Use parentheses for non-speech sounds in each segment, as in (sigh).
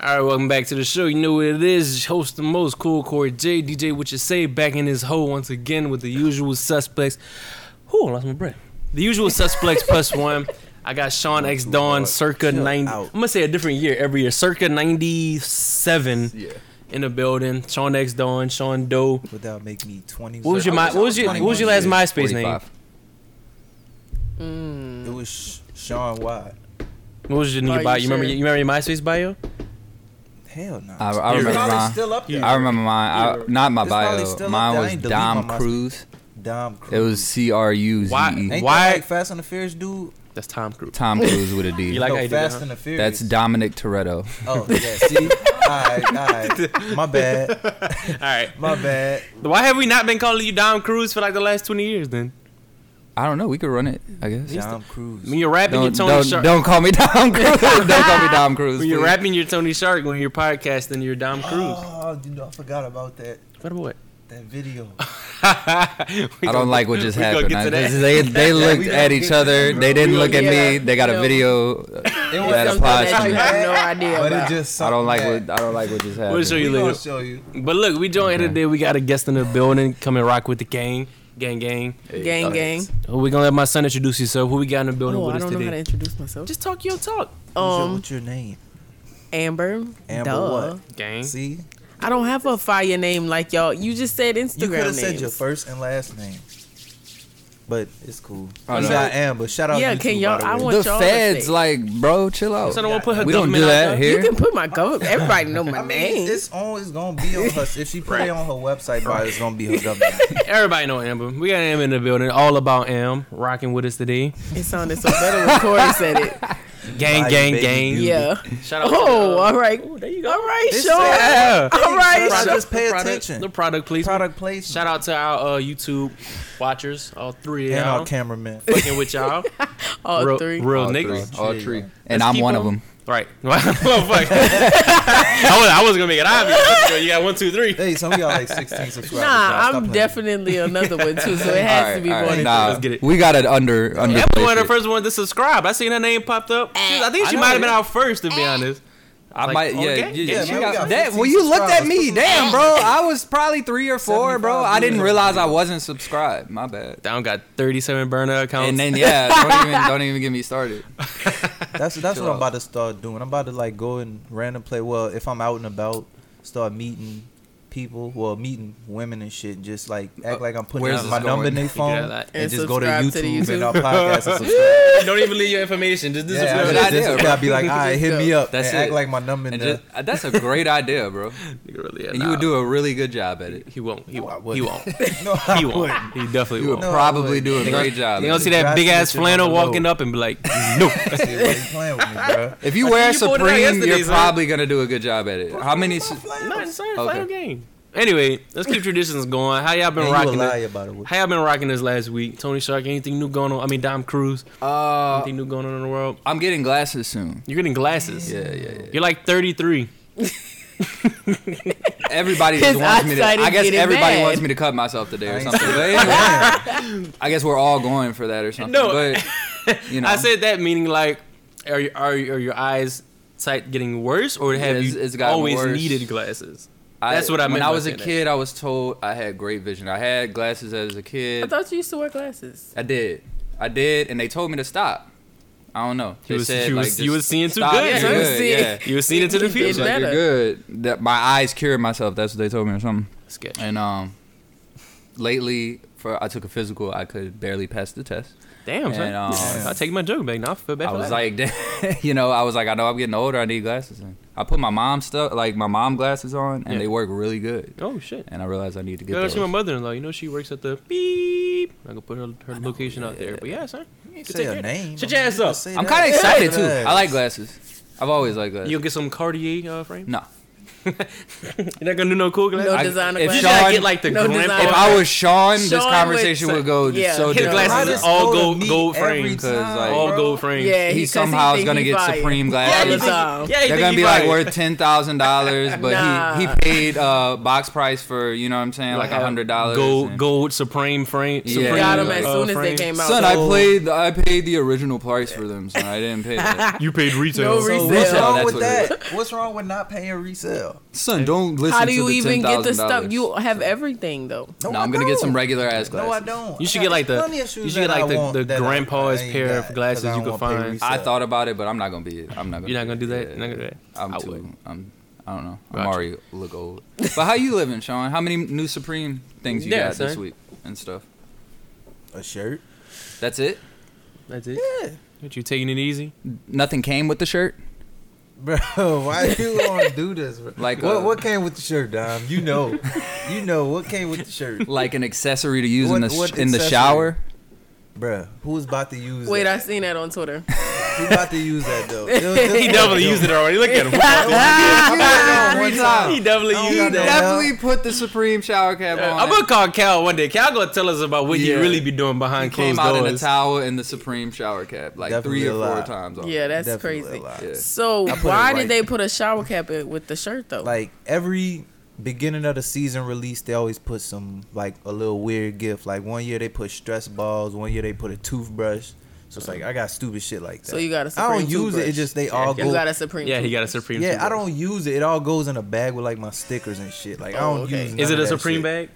right, welcome back to the show. You know what it is. It's your host the most cool Corey J. DJ, what you say, back in his hole once again with the usual suspects. Who lost my breath. The usual suspects (laughs) plus one. I got Sean X Dawn circa Chill 90. out. I'm going to say a different year every year. Circa 97 Yeah. in the building. Sean X Dawn, Sean Doe. without making me twenty. What was your my, I what was your what was your last MySpace name? 45. Mm, It was Sh- Sean Watt. What was your new Are you bio? You remember sure? you remember your MySpace bio? Hell no. I, I remember probably mine. still up there. I remember mine. I, not my It's probably still up bio. Mine there. I was ain't delete Dom my MySpace. Cruz. Dom It Cruise. was C R U Z Why- E. Ain't Why- that like Fast and the Furious dude? That's Tom Cruise. Tom Cruise with a (laughs) D. You like no, how you did that, Fast huh? and the Furious. That's Dominic Toretto. Oh yeah. See. all (laughs) right. All right. My bad. All right. My bad. Why have we not been calling you Dom Cruz for like the last 20 years then? I don't know. We could run it. I guess. Dom Cruise. When you're rapping, Don't, you're Tony don't, Shark. don't call me (laughs) Dom Cruise. don't call me Dom Cruise. When you're please. rapping, you're Tony Shark. When you're podcasting, you're Dom Cruise. (gasps) Oh, dude, I forgot about that. What (laughs) about That video. I (laughs) don't like what just happened. I just- (laughs) they they we looked gonna at get each to other. that, they bro. didn't We look at gonna me. get to they got a that. video uh, that something applies that to you me. have no idea But it about. just. I don't like something what I don't like what just happened. We'll show that- you We gonna later. show you. But look, we joined here today. We got a guest in the building. Come and rock with the gang. Gang, gang. Gang, gang. Who we gonna let my son introduce yourself. Who we got in the building Oh, with I us don't know today? how to introduce myself. Just talk your talk. What's your- um, what's your name? Amber. Amber duh. what? Gang. See, I don't have a fire name like y'all. You just said you could Instagram have names. said your first and last name, but it's cool. Oh, you no. got Amber. Shout out. Yeah, YouTube, can by y'all- the I way. want The y'all to feds, say. like, bro, chill out. So I don't want to put her we don't do government out that there. here. you can put my government. Everybody know my I mean, name. it's always gonna be on her. If she (laughs) put it on her website, right. it's gonna be her government. Everybody know Amber. We got Am in the building. All about Am. Rocking with us today. It sounded so better when Corey said it. Gang, Bye, gang, baby gang. beauty. Yeah. Shout out. to, (laughs) Oh, uh, all right. there you go. All right, This sure. Yeah. (laughs) All right, Product- sure. just pay product- attention. The product, please. Product placement. Shout out to our uh, YouTube watchers, all three of and y'all. our cameraman. Fucking with y'all. All real, three. Real All niggas. three. All Yeah. three. Let's And I'm keep one on- of them. Right. (laughs) Well, fuck. I, was, I was gonna make it obvious. So you got one, two, three. Hey, some of y'all like (laughs) 16 subscribers. y'all. Nah, Stop I'm playing. definitely another one too, so it has to be all one. right, of nah, Let's get it. We got it under under. That was one of the placement. first ones to subscribe. I seen her name popped up. She was- I think I she know, might have been yeah. our first, to be honest. I Like, might, yeah, okay. Yeah, yeah, yeah, man, we got that, 15 when you looked at subscribers. me, damn, bro, I was probably three or four, bro. 75 I didn't views. realize I wasn't subscribed. My bad. Down got 37 burner accounts. And then yeah, don't even don't even get me started. That's that's Chill what I'm out. about to start doing. I'm about to like go and random play. Well, if I'm out and about, start meeting people. Well, meeting women and shit. Just like act like I'm putting Uh, Where's out this my number going? (laughs) in their got phone that. and, And just go to subscribe YouTube, to the and YouTube. our podcast (laughs) and (laughs) subscribe. don't even leave your information. Just this Yeah, good I is mean, what that's I idea, just- bro. gotta be like, all right, hit me up That's and act it. like my number in And there. just, uh, that's a great idea, bro. did. Really, yeah, And nah. you would do Oh, a really good job at it. He won't. He I won't. He wouldn't. (laughs) won't. No, He I won't. wouldn't. He definitely You won't. would No, I probably wouldn't. do a They gonna- great job. You At don't it. see that Grass big ass snitching on the flannel low. walking up and be like, (laughs) no. Shit, why you playing with me, bro? If you I wear think you pointed out Supreme, yesterday, you're son. probably gonna do a good job at it. How many? su- Not insane. Okay. Final game. Anyway, let's keep traditions going. How y'all been Man, you a rocking? liar, This? by the way. How y'all been rocking this last week? Tony Shark, anything new going on? I mean, Dom Cruise, Uh, anything new going on in the world? I'm getting glasses soon. You're getting glasses. Yeah, yeah, yeah. You're like 33. Everybody just His wants me to. eyesight is I guess getting everybody bad. wants me to cut myself today I or ain't something. But anyway, I guess we're all going for that or something. No. but you know, I said that meaning like, are you, are, you, are your eyes sight getting worse, or have It's- you it's gotten always worse. needed glasses? (laughs) that's what I When meant I by was a saying that. kid, I was told I had great vision. I had glasses as a kid. I thought you used to wear glasses. I did. I did, and they told me to stop. I don't know. They You was- said, you was- like, you just was seeing too stop, good. you're Yeah, I was good, (laughs) seeing- yeah. You were seeing into the You did future. (laughs) It's like, better. you're good. That my eyes cured myself. That's what they told me or something. Sketch. And um, lately, for I took a physical. I could barely pass the test. Damn, son. And, um, I take my joke back now. I feel bad. I for was that. like, (laughs) you know, I was like, I know I'm getting older. I need glasses. And I put my mom stuff, like my mom glasses on, and Yeah. they work really good. oh shit. And I realized I need to get Yeah, those. she my mother-in-law. You know she works at the beep. I can put her her location out there. But yeah, sir. You take say care a of- name. Shut your ass up. Say I'm that. kind of excited Say too. that. I like glasses. I've always liked glasses. You'll get some Cartier uh, frame. no, (laughs) You're not gonna do no cool No glasses. designer if you glasses. gotta Sean- get like the No no grandpa. design. If I was Sean, this Sean would conversation say- would go yeah. so Hit the different. glasses How is does all Skoda gold- meet gold every frames. time, Like- All bro? gold frames. Yeah, he 'cause somehow is think gonna he get fire. Supreme Yeah, All he the glasses. think- time. yeah, he They're think gonna he be like fire. worth ten thousand dollars, but Nah. he he paid uh, box price for you know what I'm saying like a hundred dollars. Gold, gold Supreme frame. Yeah. Supreme, Got them as uh, soon as they frames. came out. Son, I So- played I paid the original price for them. Son, I didn't (laughs) pay that. You paid retail. No So resale. what's Resale, wrong that's with what it that? What's wrong with not paying resale? Son, don't listen. How do you to the even get the stuff? $10,000. You have everything though. No, I'm gonna get some regular. regular ass glasses. No, I don't. You should I get got like the- plenty of shoes you should get that like I the- want the that I- grandpa's I ain't pair of got, 'cause glasses I don't you can wanna pay find. I resale. thought about it, but I'm not gonna be it. I'm not gonna. You're not gonna do that? Yeah. Not gonna do that? I'm I too. would. I'm. I don't know. I'm Gotcha. already look old. But how you living, Sean? How many new Supreme things you Yeah, got this son. week and stuff? a shirt. That's it. That's it. What you taking it easy? Nothing came with the shirt. Bro, why you want to do this? Bro? Like, what? uh, what came with the shirt, Dom? You know, you know what came with the shirt, Like an accessory to use in the What- what sh- in the accessory? shower. Bruh, Who's about to use? Wait, I that? seen that on Twitter. who about to use that (laughs) though? It was just He like, definitely yo, used it already. Look (laughs) at him. I (laughs) got it on one time. He definitely I don't used got no that. definitely put the Supreme shower cap Uh, I'm gonna call Cal one day. Cal gonna tell us about what Yeah. you really be doing He behind came closed out in a doors. towel in the Supreme shower cap like Definitely three or a four lie. times. already. Yeah, that's Definitely crazy. a lie. Yeah. So I put it why right. did they put a shower cap in, with the shirt though? Like every beginning of the season release, they always put some like a little weird gift. Like one year they put stress balls, one year they put a toothbrush. So it's like I got stupid shit like that. So you got a I don't Supreme use it. It toothbrush. just they all you go. got a supreme. Yeah, he Toothbrush. got a Supreme. Yeah, I toothbrush. don't use it. It all goes in a bag with like my stickers and shit. Like I Oh, don't okay. use. none Is it of a that Supreme shit. bag?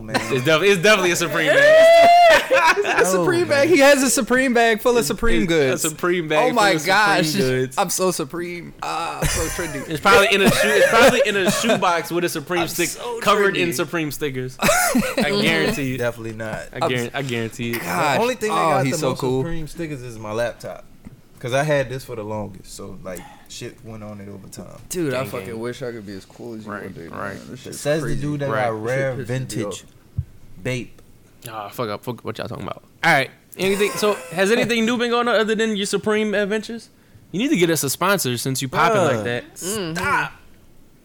(laughs) man. It's, def- it's definitely a Supreme bag. a No, Supreme man. bag. He has a Supreme bag full of Supreme It's goods. A Supreme bag. oh my full of Supreme gosh, goods. I'm so Supreme. Ah, I'm so (laughs) trendy. It's probably in a shoe. It's probably in (laughs) a shoebox with a Supreme stick so covered in trendy. Supreme (laughs) stickers. I guarantee. it. Definitely not. I guarantee. I guarantee. it. Gosh. the only thing oh, that got the he's so most cool. Supreme stickers is my laptop, cause I had this for the longest. So like shit went on it over time. Dude, I Gang, fucking gang. wish I could be as cool as you Right, one day. right. man. This shit's Says crazy. the dude that Right. got rare This shit pisses me vintage vape. Ah, fuck up. Fuck what y'all talking about. All right. Anything? So has anything new been going on other than your Supreme adventures? You need to get us a sponsor since you popping Bruh. like that. Stop.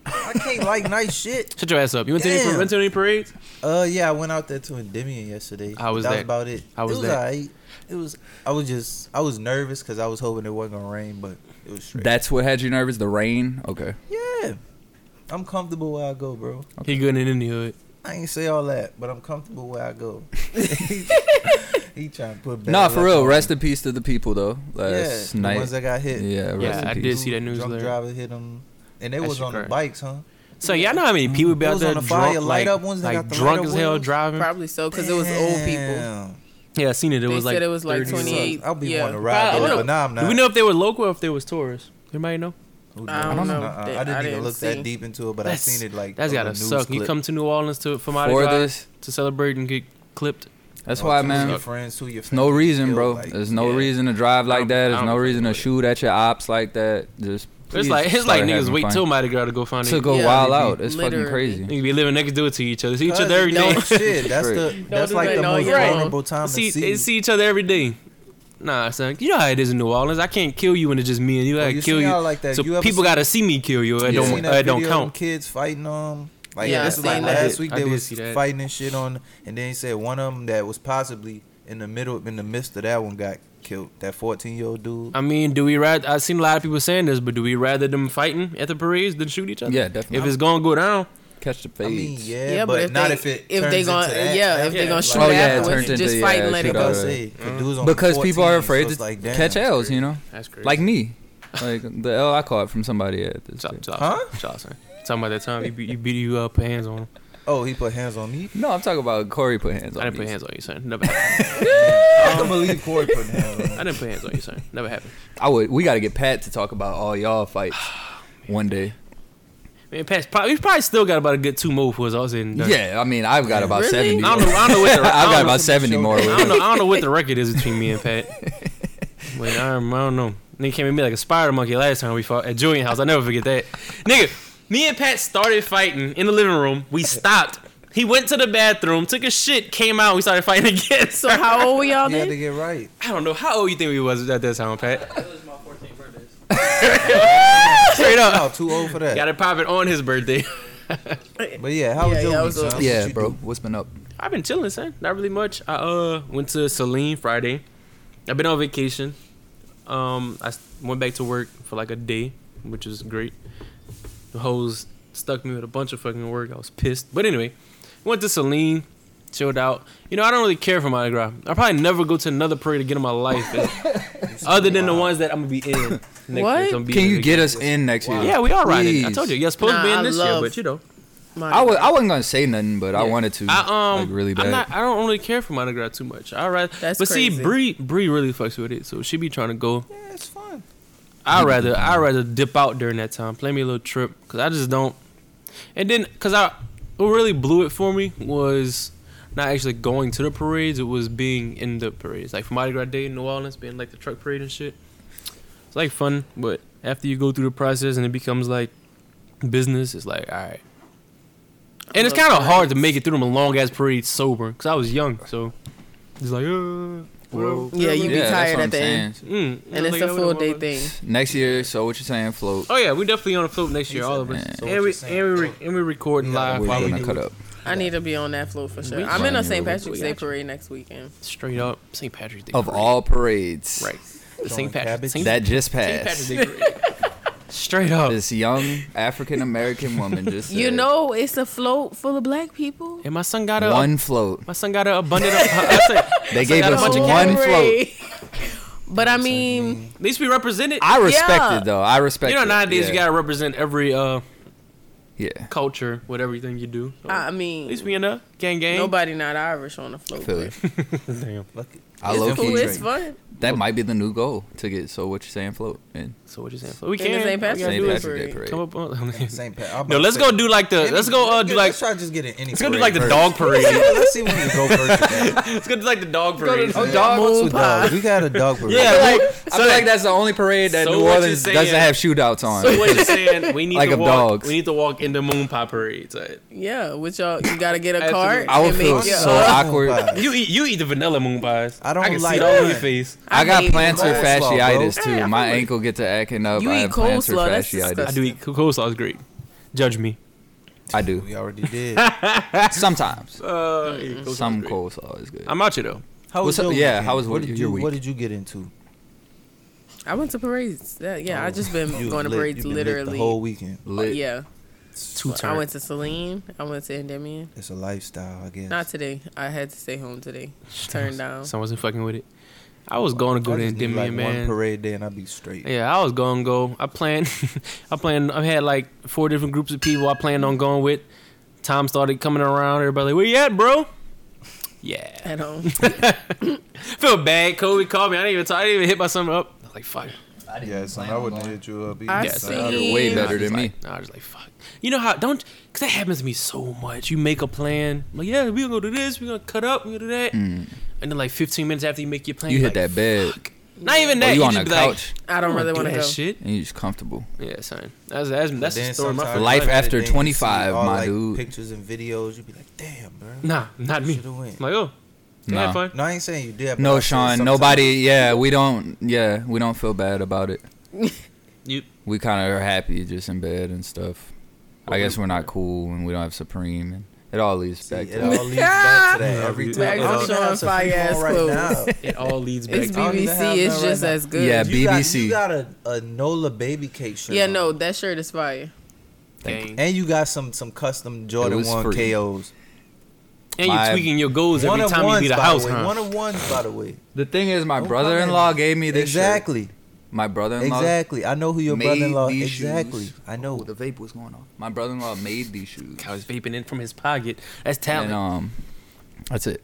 I can't like nice shit. Shut your ass up. You went to, any, Damn. went to any parades? Uh, yeah, I went out there to Endymion yesterday. How was that? that? Was about it. How was it was that? alright. It was. I was just. I was nervous because I was hoping it wasn't gonna rain, but it was straight. That's what had you nervous? The rain? Okay. yeah, I'm comfortable where I go, bro. He good in any hood. I ain't say all that, but I'm comfortable where I go. (laughs) he trying to put. bad Nah, for luck real. on Rest me. in peace to the people, though. Yeah, Last the night. ones that got hit. yeah, rest Yeah, in I peace. did see that news Drunk alert. driver hit him, and they That was shit on the crazy. bikes, huh? So y'all know how many people be It out was there on the drunk, fire, like, light up ones that like got the drunk lighter as hell wheels? driving. Probably so because it was old people. Damn. Yeah, I seen it. It They was like said it was like 30 28. Sucks. I'll be yeah. wanting to ride, Bruh, though, I but nah, I'm not. Do we know if they were local or if they was tourists? Anybody know? Who I knows? don't know. Nuh-uh. That- I didn't I even didn't look see. that deep into it, but I seen it like that's on gotta a Oh, news suck. You clip. come to New Orleans to for Mardi For Gras this, to celebrate and get clipped. that's Oh, why, who man. Your friends, who your It's no family reason, killed, bro. like- There's no Yeah. reason to drive I like don't- that. I There's don't no fucking reason to with it. shoot at your ops like that. Just It's please like it's like start niggas having wait fun. till Mardi Gras to go find to it. go Yeah. wild out. It's fucking Literally. crazy. Niggas be living next door to each other. See each Cuz other every no day. (laughs) shit, that's the Don't that's do like that, the no, most you're right. vulnerable time to see, see. they see each other every day. Nah, son. You know how it is in New Orleans. I can't kill you when it's just me and you. I you kill seen you. how like that- So you ever people seen- gotta see me kill you. It You don't. seen It that don't video of them count. kids fighting um like Yeah, I this was like seen that. last week I they did was see that. fighting and shit on and then he said one of them that was possibly in the middle in the midst of that one got killed. That 14-year-old dude. I mean, do we rather? I've seen a lot of people saying this, but do we rather them fighting at the parades than shoot each other? Yeah, definitely. If it's gonna go down, Catch the I fades. mean, yeah, Yeah, but, but if not they- if it if turns they gonna- into that. yeah, if they gonna shoot like, Oh yeah, it afterwards, turns into just yeah, fight and let shoot it Like I go. Mm-hmm. out. say, the dude's only Because people 14, are so afraid it's to like, damn. catch L's, you know, that's crazy. like me. Like the L I caught from somebody at this. Stop, shit. stop, Huh? stop, stop. Talking about that time you beat you, beat you up, put hands on him. Oh, he put hands on me. No, I'm talking about Corey put hands on. I didn't put me. hands on you, son. Never happened. I don't believe Corey put hands (laughs) on me. I didn't put hands on you, son. Never happened. I would. We got to get Pat to talk about all (sighs) y'all fights one day. Man, Pat's probably, we probably still got about a good two more for us all said and done. Yeah, I mean, I've got about Really? seventy. I don't know. I don't know (laughs) what the. I don't I've got know- about seventy more. I don't know. I don't know what the record is between me and (laughs) Pat. But I don't, I don't know. Nigga came at me like a spider monkey last time we fought at Julian House. I never forget that. Nigga, me and Pat started fighting in the living room. We stopped. He went to the bathroom, took a shit, came out. We started fighting (laughs) again. So So how old (laughs) were y'all You had to then? get right. I don't know how old you think we was at that time, Pat. (laughs) Straight No, up. too old for that. Gotta pop it on his birthday. (laughs) But yeah, how was Yeah, your yeah, I week, was son? old. What Yeah, you bro. do? What's been up? I've been chilling, son. Not really much. I uh went to Celine Friday. I've been on vacation. Um, I s- went back to work for like a day, which is great. The hoes stuck me with a bunch of fucking work. I was pissed, but anyway, went to Celine, chilled out. You know, I don't really care for Mardi Gras. I probably never go to another parade again in my life, eh, (laughs) other than the ones that I'm gonna be in. Next year. What? So I'm be Can in you the- get us in next year? Yeah, we are riding. I Please. told you. You're supposed to be Nah, in I this year, love- but you know. I was. I wasn't gonna say nothing, but I Yeah. wanted to. I um, like really I'm bad. not, I don't really care for Mardi Gras too much. All right, That's but see, crazy. Bree Bree really fucks with it, so she be trying to go. Yeah, it's fun. I would rather I would rather dip out during that time, play me a little trip, cause I just don't. And then, cause I what really blew it for me was not actually going to the parades; it was being in the parades, like for Mardi Gras Day in New Orleans, being like the truck parade and shit. It's like fun, but after you go through the process and it becomes like business, it's like all right. And it's love kind of hard parades. to make it through them a long ass parade sober, cause I was young, so it's like uh, Whoa. Yeah, you be that's tired what at I'm the end. saying. mm, And it's like, that a full would've- day thing. Next year, so what you saying? Float. Oh yeah, we definitely on a float next year, all of us. Man. So what and we you saying? and we re- and we recording Yeah, live We're while we gonna do cut it. up. I need to be on that float for sure. We- I'm in Yeah, on we- St. Patrick's we Day got you. parade next weekend. straight up St. Patrick's Day of parade. all parades. right. The Throwing St. Patrick's cabbage. St. That just Patrick's passed. Day parade. Straight up. (laughs) This young African (laughs) American woman just You said, know, it's a float full of black people. And my son got a one float. my son got a abundant. I (laughs) said, They gave got a us bunch of one float. Right. (laughs) But I mean, at least we represented. I respect Yeah. it though. I respect. you know it. nowadays yeah. you gotta represent every uh Yeah, culture with everything you do. So, I at least mean, we in a gang gang. (laughs) nobody not Irish on the float. feel but it. Damn. Look, I it's low cool. It's key. fun. That might be the new goal to get. So what you saying? Float and So what you saying? So we And can. the St. All we gotta Patrick's St. do Day is Patrick's Day parade. parade. Come up on. (laughs) St. Pat. I'm about no, to let's say- go do like the. Let me- Let's go uh do yeah, like. Let's try to just get in any. Let's go do like the parade dog first. parade. Yeah, let's see when we go first. with that. Let's go do like (laughs) the dog parade. Oh, dog Moon what's with pie. dogs? We got a dog parade. Yeah, like, I feel (laughs) like that's the only parade that So New what you Orleans saying- doesn't have shootouts on. So what you're saying? We need (laughs) Like to of walk. dogs. We need to walk in the moon pie parades. Right? Yeah, with y'all, you gotta get a Absolutely. cart. I would and feel make your- so Oh, awkward. pie. You eat you eat the vanilla moon pies. I don't I can see like it all on that. your face. I got hate plantar coleslaw, fasciitis too. bro. Yeah, My I feel ankle gets to acting up. You I eat have plantar coleslaw, that's fasciitis. I do eat coleslaw. Is great. Judge me. (laughs) I do. We already did. Sometimes. Mm-hmm. Uh, I eat coleslaw, Some great. coleslaw is good. I'm out you though. How What's was up- your yeah, weekend? how was what your did you week? What did you get into? I went to parades. That, yeah, I just been Oh, You was going to lit. parades You been lit literally. the whole weekend. Lit. Yeah, Two I turn. went to Celine. I went to Endymion. It's a lifestyle, I guess. Not today. I had to stay home today. Turned down. Someone wasn't fucking with it. I was going to go I to just need, Endymion, like One man. parade day and I'd be straight. Yeah, I was gonna go. I planned, (laughs) I planned. I had like four different groups of people I planned on going with. Time started coming around. Everybody like, where you at, bro? Yeah. At home. (laughs) feel bad. Kobe called me. I didn't even talk. I didn't even hit myself up. I was like, fuck. Yeah, son, I wouldn't hit you up. I Yeah, see. son, You're I way was better just than me. like- I was like, fuck. You know how? Don't because that happens to me so much. You make a plan. I'm like, yeah, we gonna go do this. We gonna cut up. We gonna do that. And then like 15 minutes after you make your plan, Hmm. You you're hit like, that bed. Fuck. Not even Or that. you on just the be like, couch I don't really do want to that go. Shit. and you just comfortable. Yeah, son. That's that's that's the story. of My Life life. after 25, my dude. Pictures and videos, you'd be like, damn, bro. Nah, not me. Shoulda went. I'm like, oh, you had Nah. fun. No, I ain't saying you did. but No, I said Sean. sometimes- Nobody. Yeah, we don't. Yeah, we don't feel bad about it. You We kind of are happy just in bed and stuff. I guess we're not cool and we don't have Supreme, and it all leads See, back it to all that. leads back to (laughs) that Yeah, every we- time. Back I to don't even Sean have some fire people ass on right clothes. now. it all leads back. It's to I don't even have BBC. It's none just right now. as good. Yeah, You got, BBC. you got a, a Nola baby cake shirt. Yeah, on. no, that shirt is fire. gang. And you got some some custom It Jordan was one free. KOs. And you're My- tweaking your goals One every of time you ones, leave by the house, the way. huh? One of ones, by the way. The thing is, my Don't brother-in-law comment. gave me this. shirt. Exactly, My brother-in-law. exactly. I know who your made brother-in-law. these Exactly, shoes. I Oh, know. the vape was going off. My brother-in-law made these shoes. I was vaping in from his pocket. That's talent. And um, that's it.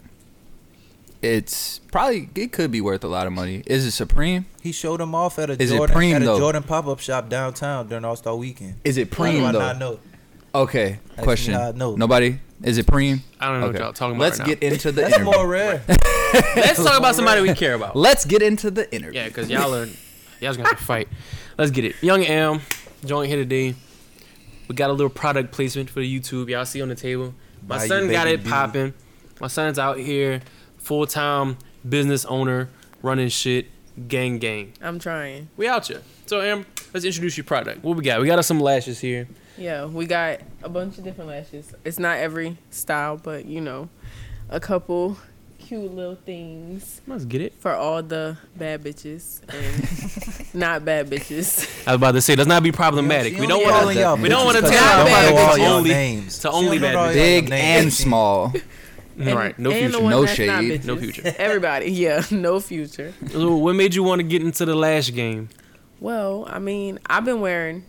It's probably it could be worth a lot of money. Is it Supreme? He showed them off at a Is it Jordan Preem, at a though? Jordan pop-up shop downtown during All Star Weekend. Is it How do Preem I though? not know? Okay, me question. how I know. Nobody. Is it Preem? I don't know what y'all talking about Let's right get into the That's interview. more rare. Let's talk about somebody we care about. Let's get into the (laughs) interview. Yeah, because (laughs) y'all are y'all's gonna have to fight. Let's get it. Young Am, joint here today. We got a little product placement for the YouTube. Y'all see on the table. My Buy you son got baby it beauty. popping. My son's out here, full time business owner, running shit, gang gang. I'm trying. We out here. So Am, Let's introduce your product. What we got? We got us some lashes here. Yeah, we got a bunch of different lashes. It's not every style, but you know, a couple cute little things Let's get it. for all the bad bitches and not bad bitches. I was about to say, let's not be problematic. we don't only want calling to. y'all We don't want to bitches tell 'cause y'all nobody know all it's y'all only names. to only She don't bad know all bitches. y'all Big names. (laughs) and small. right. No and the future. one No that's not shade. bitches. No future. Everybody, yeah, (laughs) no future. So what made you want to get into the lash game? Well, I mean, I've been wearing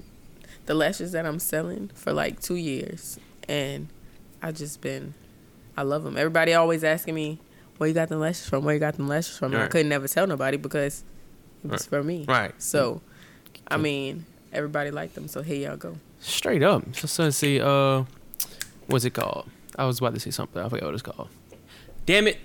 the lashes that I'm selling for like two years, and I just been, I love them. Everybody always asking me, "Where you got the lashes from? Where you got the lashes from?" And I Right. couldn't never tell nobody because it was Right. for me. Right. So, I mean, everybody liked them. So here y'all go. Straight up. So, so let's see. Uh, what's it called? I was about to say something. I forgot what it's called. Damn it.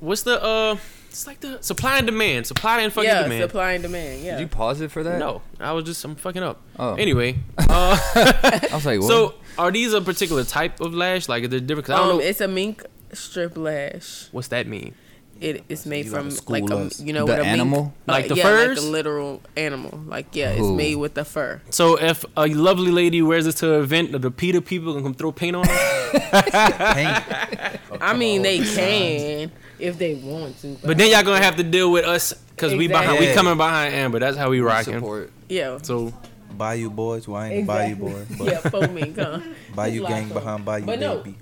what's the uh? It's like the supply and demand. Supply and fucking yeah, demand. supply and demand. Yeah. Did you pause it for that? no, I was just I'm fucking up. Oh. Anyway, uh, I was like, what? so are these a particular type of lash? Like they're different? 'Cause I don't um, know it's a mink strip lash. what's that mean. It is made You from gotta school like a us. you know The what a mink- Uh, animal? Like the yeah, furs? like a literal animal. Like yeah, it's Ooh. made with the fur. So if a lovely lady wears this to an event, the PETA people can come throw paint on her. Paint. I mean, they can if they want to. but then y'all gonna have to deal with us because we behind, we Exactly. coming behind Amber. That's how we rocking. support. yeah, So Bayou boys. Why ain't Bayou boy? (laughs) But yeah, for me, huh? (laughs) Bayou Just gang lock behind Bayou But no. baby.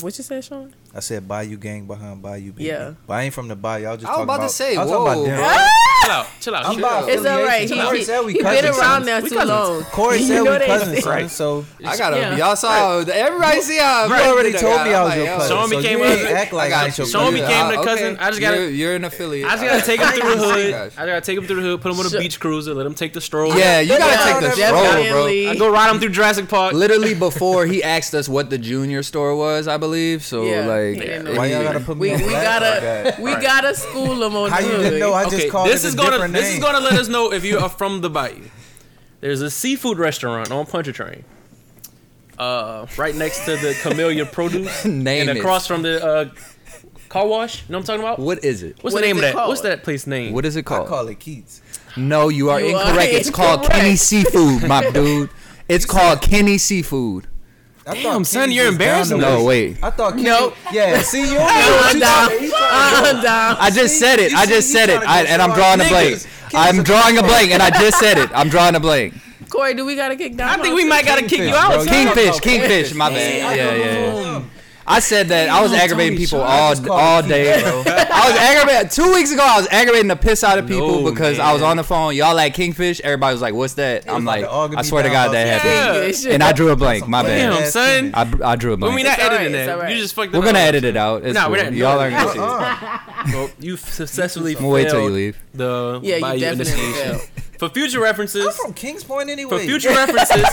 What you said, Sean? I said Bayou gang behind Bayou baby. Yeah. But I ain't from the Bayou. I was just I was talking about to say, I was talking whoa. about them. chill out, chill out. I'm chill out. about- Ah! It's all right. He, Corey he, said we he been cousins. around there We too cousins. long. Corey You said know we they- cousins, son, Right. so I gotta. Yeah. Y'all saw. Everybody see how. Right. you already told me I was I'm your like, yo, cousin. Sean so became you my- ain't act like I I got ain't you. your Sean cousin. became the Uh, cousin. I just gotta- You're, you're an affiliate. I just gotta take him through the hood. I Gosh. just gotta take him through the hood, put him on a Sure. beach cruiser, let him take the stroll. Yeah, you Yeah, gotta take the Jeff role, bro. Manley. I go ride him through Jurassic Park. Literally before he asked us what the junior store was, I believe. So Yeah, like, he didn't know. if Why he- y'all gotta put me We, on we blast like gotta that? we gotta school them on How the you didn't hood. know? I just Okay, called this it is a gonna different this name. is gonna let us know if you are from the bayou. There's a seafood restaurant on Puncher Train, uh, right next to the Camellia Produce, (laughs) Name and it. across from the uh, car wash. You know what I'm talking about? What is it? What's What the is name of it that? called? What's that place name? What is it I called? call it Keats. No, you are You are incorrect. it's called incorrect. Kenny Seafood, my dude. It's called Kenny Seafood. I Damn, thought son, Keats you're was down embarrassing the us. No, way. wait. I thought Keats. Nope. Yeah, see, (laughs) you don't know Uh, what you talking- down, he talking (laughs) uh, down. I just said it. you I see, just you said it. tryna go I, and I'm smart. drawing a blank. Niggas, I'm kids are drawing a blank, and I just said it. I'm drawing a blank. Corey, do we gotta kick down? I think we might gotta kick you Kingfish, out. bro. son. Oh, Kingfish, kingfish. My I bad. Yeah, don't yeah. know yeah. him. I said that. I was Damn, aggravating Tony people Shaw, all just called all him day, (laughs) bro. I was aggravating two weeks ago. I was aggravating the piss out of people No, because I was man. on the phone. Y'all like kingfish. Everybody was like, "What's that?" I'm like the like, Ogden "I swear to Beach God, that House. happened." Yeah. And I drew a blank. My Damn, bad. Ass son. human. I, I drew a But blank. we not It's all editing right, it's that. all right. You just fucked it We're gonna up. edit it out. It's Nah, we're cool. not- Y'all no, aren't gonna see it. Uh-uh. Well, (laughs) you successfully I'm gonna wait till failed you leave. the Yeah, you bayou definitely initiation. failed. For future references, I'm Oh, from Kings Point anyway. For future (laughs) references,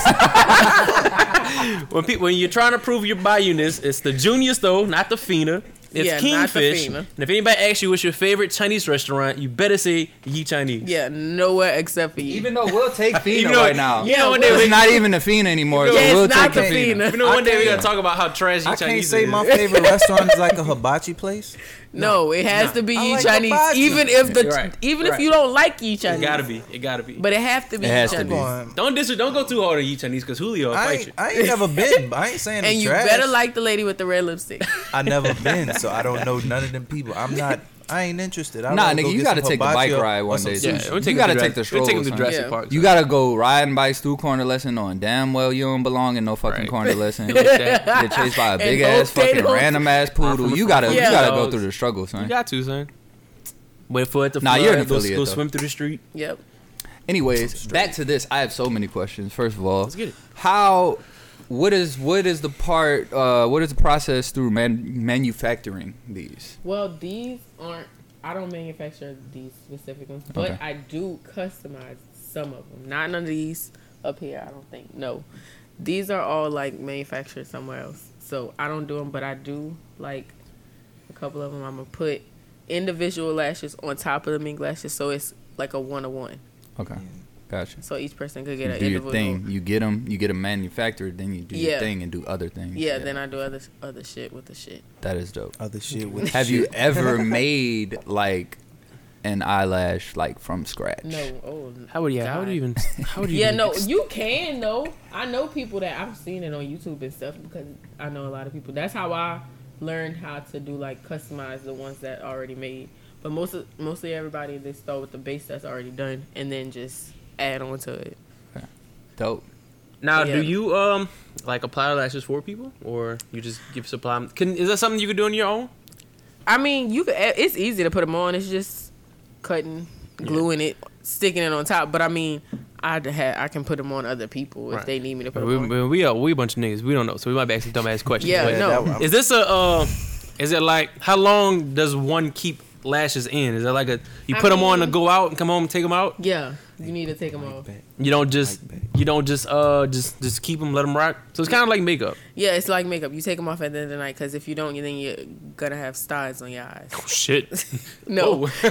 (laughs) when people when you're trying to prove your bayou-ness, it's the juniors though, not the fina. It's Yeah, not the kingfish. Fina. And if anybody asks you what's your favorite Chinese restaurant, you better say Yi Chinese. Yeah, nowhere except for you. Even though we'll take Even Fina though- right now. You know when they It's we- not even a Fina anymore. so yeah, we'll it's not take the Fina. Fina. You know, one day we gotta can't- talk about how trash Yi I can't Chinese say is. my favorite restaurant (laughs) is like a hibachi place. No, it has to be I you like Chinese. hibachi. Even if the Right, even right. if you don't like you it Chinese, gotta be. It gotta be. But it have to be It you has to Chinese. be. Going, don't dis- Don't go too hard on Yi Chinese because Julio will I fight ain't, you. I ain't never been. but I ain't (laughs) saying And it's you trash. better like the lady with the red lipstick. I never (laughs) been, so I don't know none of them people. I'm not. I ain't interested. I Nah, wanna nigga, go you get gotta some take the hibachi bike or- ride or one some day, sushi. too. yeah, we'll You take him gotta to take Jurassic- the we'll take him stroll, to son. Jurassic Yeah. Park. You gotta go riding bikes through corner lesson on damn well you don't belong in no fucking Right. (laughs) corner lesson. Look Get at that. chased by a big old ass fucking potatoes. random ass poodle. from- You gotta you Yeah. gotta go dogs. through the struggle, You son. got to, son. Wait for it to Nah, flood. you're an go, affiliate, go though. swim through the street. yep. Anyways, back to this. I have so many questions. First of all, Let's get it. how what is what is the part uh what is the process through man, manufacturing these? Well, these aren't. I don't manufacture these specific ones, but Okay. I do customize some of them. Not none of these up here. I don't think. No, these are all like manufactured somewhere else. So I don't do them, but I do like a couple of them. I'm gonna put individual lashes on top of the mink lashes, so it's like a one to one. Okay. Gotcha. So each person could get You an do your individual. thing. You get them. You get them manufactured. Then you do your Yeah. thing and do other things. Yeah, then I do other other shit with the shit. That is dope. (laughs) Other shit with Have you ever made like an eyelash like from scratch. No. Oh. How would yeah? How would you even? How (laughs) would you? Yeah, even no, you can though. I know people that I've seen it on YouTube and stuff because I know a lot of people. That's how I learned how to do like customize the ones that already made. But most of, mostly everybody they start with the base that's already done and then just add on to it. Dope. Now, Yeah. do you um like apply lashes for people, or you just give supply? 'em- Can is that something you could do on your own? I mean, you could. It's easy to put them on. It's just cutting, gluing it, sticking it on top. But I mean, I had I can put them on other people if Right. they need me to put We, them on. we, we are we a bunch of niggas. We don't know, so we might be asking dumb ass questions. Yeah, but- no. that- Is this a? Uh, is it like how long does one keep lashes in? Is it like a you I put them on mean- and go out and come home and take them out? Yeah, you need to take them off. You don't just Like you don't just uh just just keep them, let them rock. So it's kind of like (laughs) makeup. Yeah, it's like makeup. You take them off at the end of the night because if you don't, then you're gonna have stars on your eyes. Oh, shit. (laughs) Whoa. No, (laughs)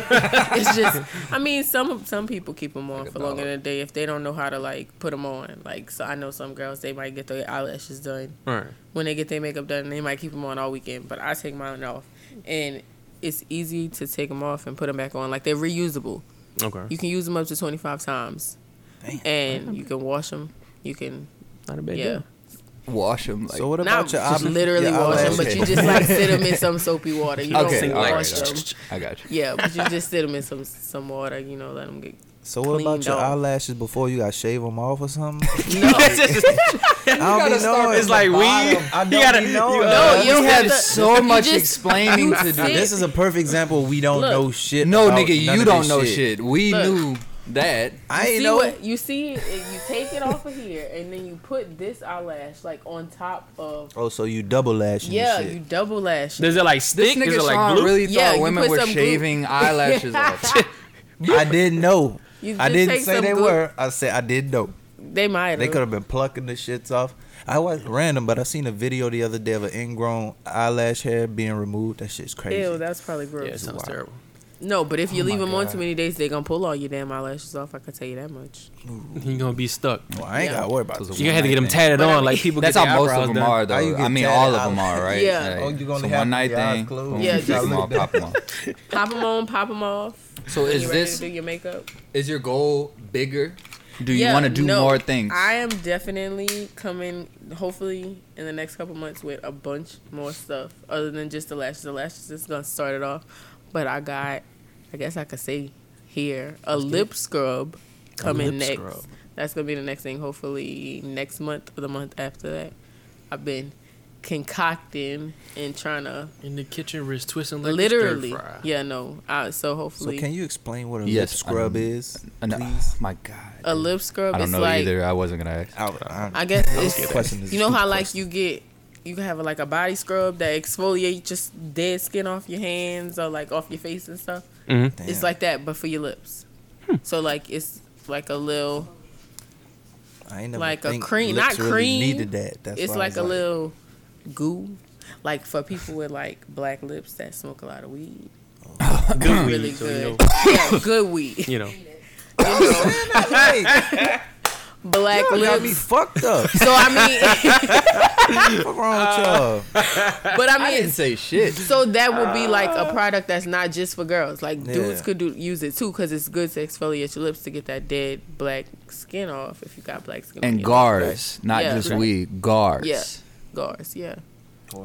it's just. I mean, some some people keep them on Oh. Like a for longer dollar. than a day if they don't know how to like put them on. Like, so I know some girls they might get their eyelashes done All right. when they get their makeup done. They might keep them on all weekend, but I take mine off, and it's easy to take them off and put them back on. Like they're reusable. Okay. You can use them up to twenty five times, Damn. and you can wash them. You can Not a bad yeah. Wash them. Like, so what Not about your just eye- literally your wash them, eyelashes? (laughs) but you just like sit them in some soapy water. You Okay, don't all right, wash all right. them. (laughs) I got you. Yeah, but you just sit them in some some water. You know, let them get. So what about cleaned your off. eyelashes before you got shave them off (laughs) or something? No. I don't be knowing. It's like we. I don't You gotta. be You, knowing. uh, No, you don't we have have to- so you much just- explaining you to do. sit- This is a perfect example. We don't Look. know shit. No, about nigga, none you of don't this know shit. shit. We Look. knew that. I You ain't see know. what you see? it- You take it off of here, and then you put this eyelash like on top of. Oh, so you double lash? Yeah, and shit. you double lash. it. Does it like This stick? Is nigga it like Sean glue? really thought Yeah, you women put were some glue- shaving (laughs) eyelashes off. I didn't know. You I just didn't take say some they glue- were. I said I did know. They might. They could have been plucking the shits off. I was random, but I seen a video the other day of an ingrown eyelash hair being removed. That shit's crazy. Ew, that's probably Yeah, gross. it sounds Wow. terrible. No, but if you Oh leave my them on God. too many days, they gonna pull all your damn eyelashes off. I can tell you that much. You're gonna be stuck. Well, I ain't Yeah. gotta worry about Those this. You gonna have to get them tatted But I on mean- like people. That's get how their most of eyebrows them done. are, How you though. I get mean, tatted all of eyelash- them are, right? Yeah. Oh, you gonna so have one night your eyes thing. closed. boom, Yeah, take 'em just- off, pop 'em (laughs) off. Pop them on, pop them off. So When is you ready to this do your makeup? is your goal bigger? Do you Yeah, want to do no, more things? I am definitely coming, hopefully, in the next couple months with a bunch more stuff other than just the lashes. The lashes is gonna start it off, but I got, I guess I could say here, a lip scrub coming lip next. scrub. That's gonna be the next thing. Hopefully, next month or the month after that. I've been concocting and trying to in the kitchen, wrist twisting like literally. literally, Stir fry. yeah, no. I, so So hopefully, can you explain what a lip Yes, scrub I'm- is? Uh, no. Please. my God. a lip scrub I is don't know like either. I wasn't gonna ask. I, I, I guess get it's that. Question is a you know how stupid like question. you get you can have like a body scrub that exfoliates just dead skin off your hands or like off your face and stuff. Mm-hmm. damn. Hmm. It's like that, but for your lips. So like it's like a little, I ain't never like a think cream- lips not really cream. Needed that. That's it's why I like was a little goo, like for people with like black lips that smoke a lot of weed. Good Really weed, so you know- good, yeah, good (laughs) weed. You know, You know, (laughs) Hey, black y'all got me lips. fucked up. So I mean, (laughs) What's Uh, wrong with y'all? but I mean, say shit. So that would be like a product that's not just for girls. Like dudes Ah. Yeah. could do, use it too because it's good to exfoliate your lips to get that dead black skin off if you got black skin. on And your guards, not Yeah. just Right. weed. Guards. Yeah. guards, yeah.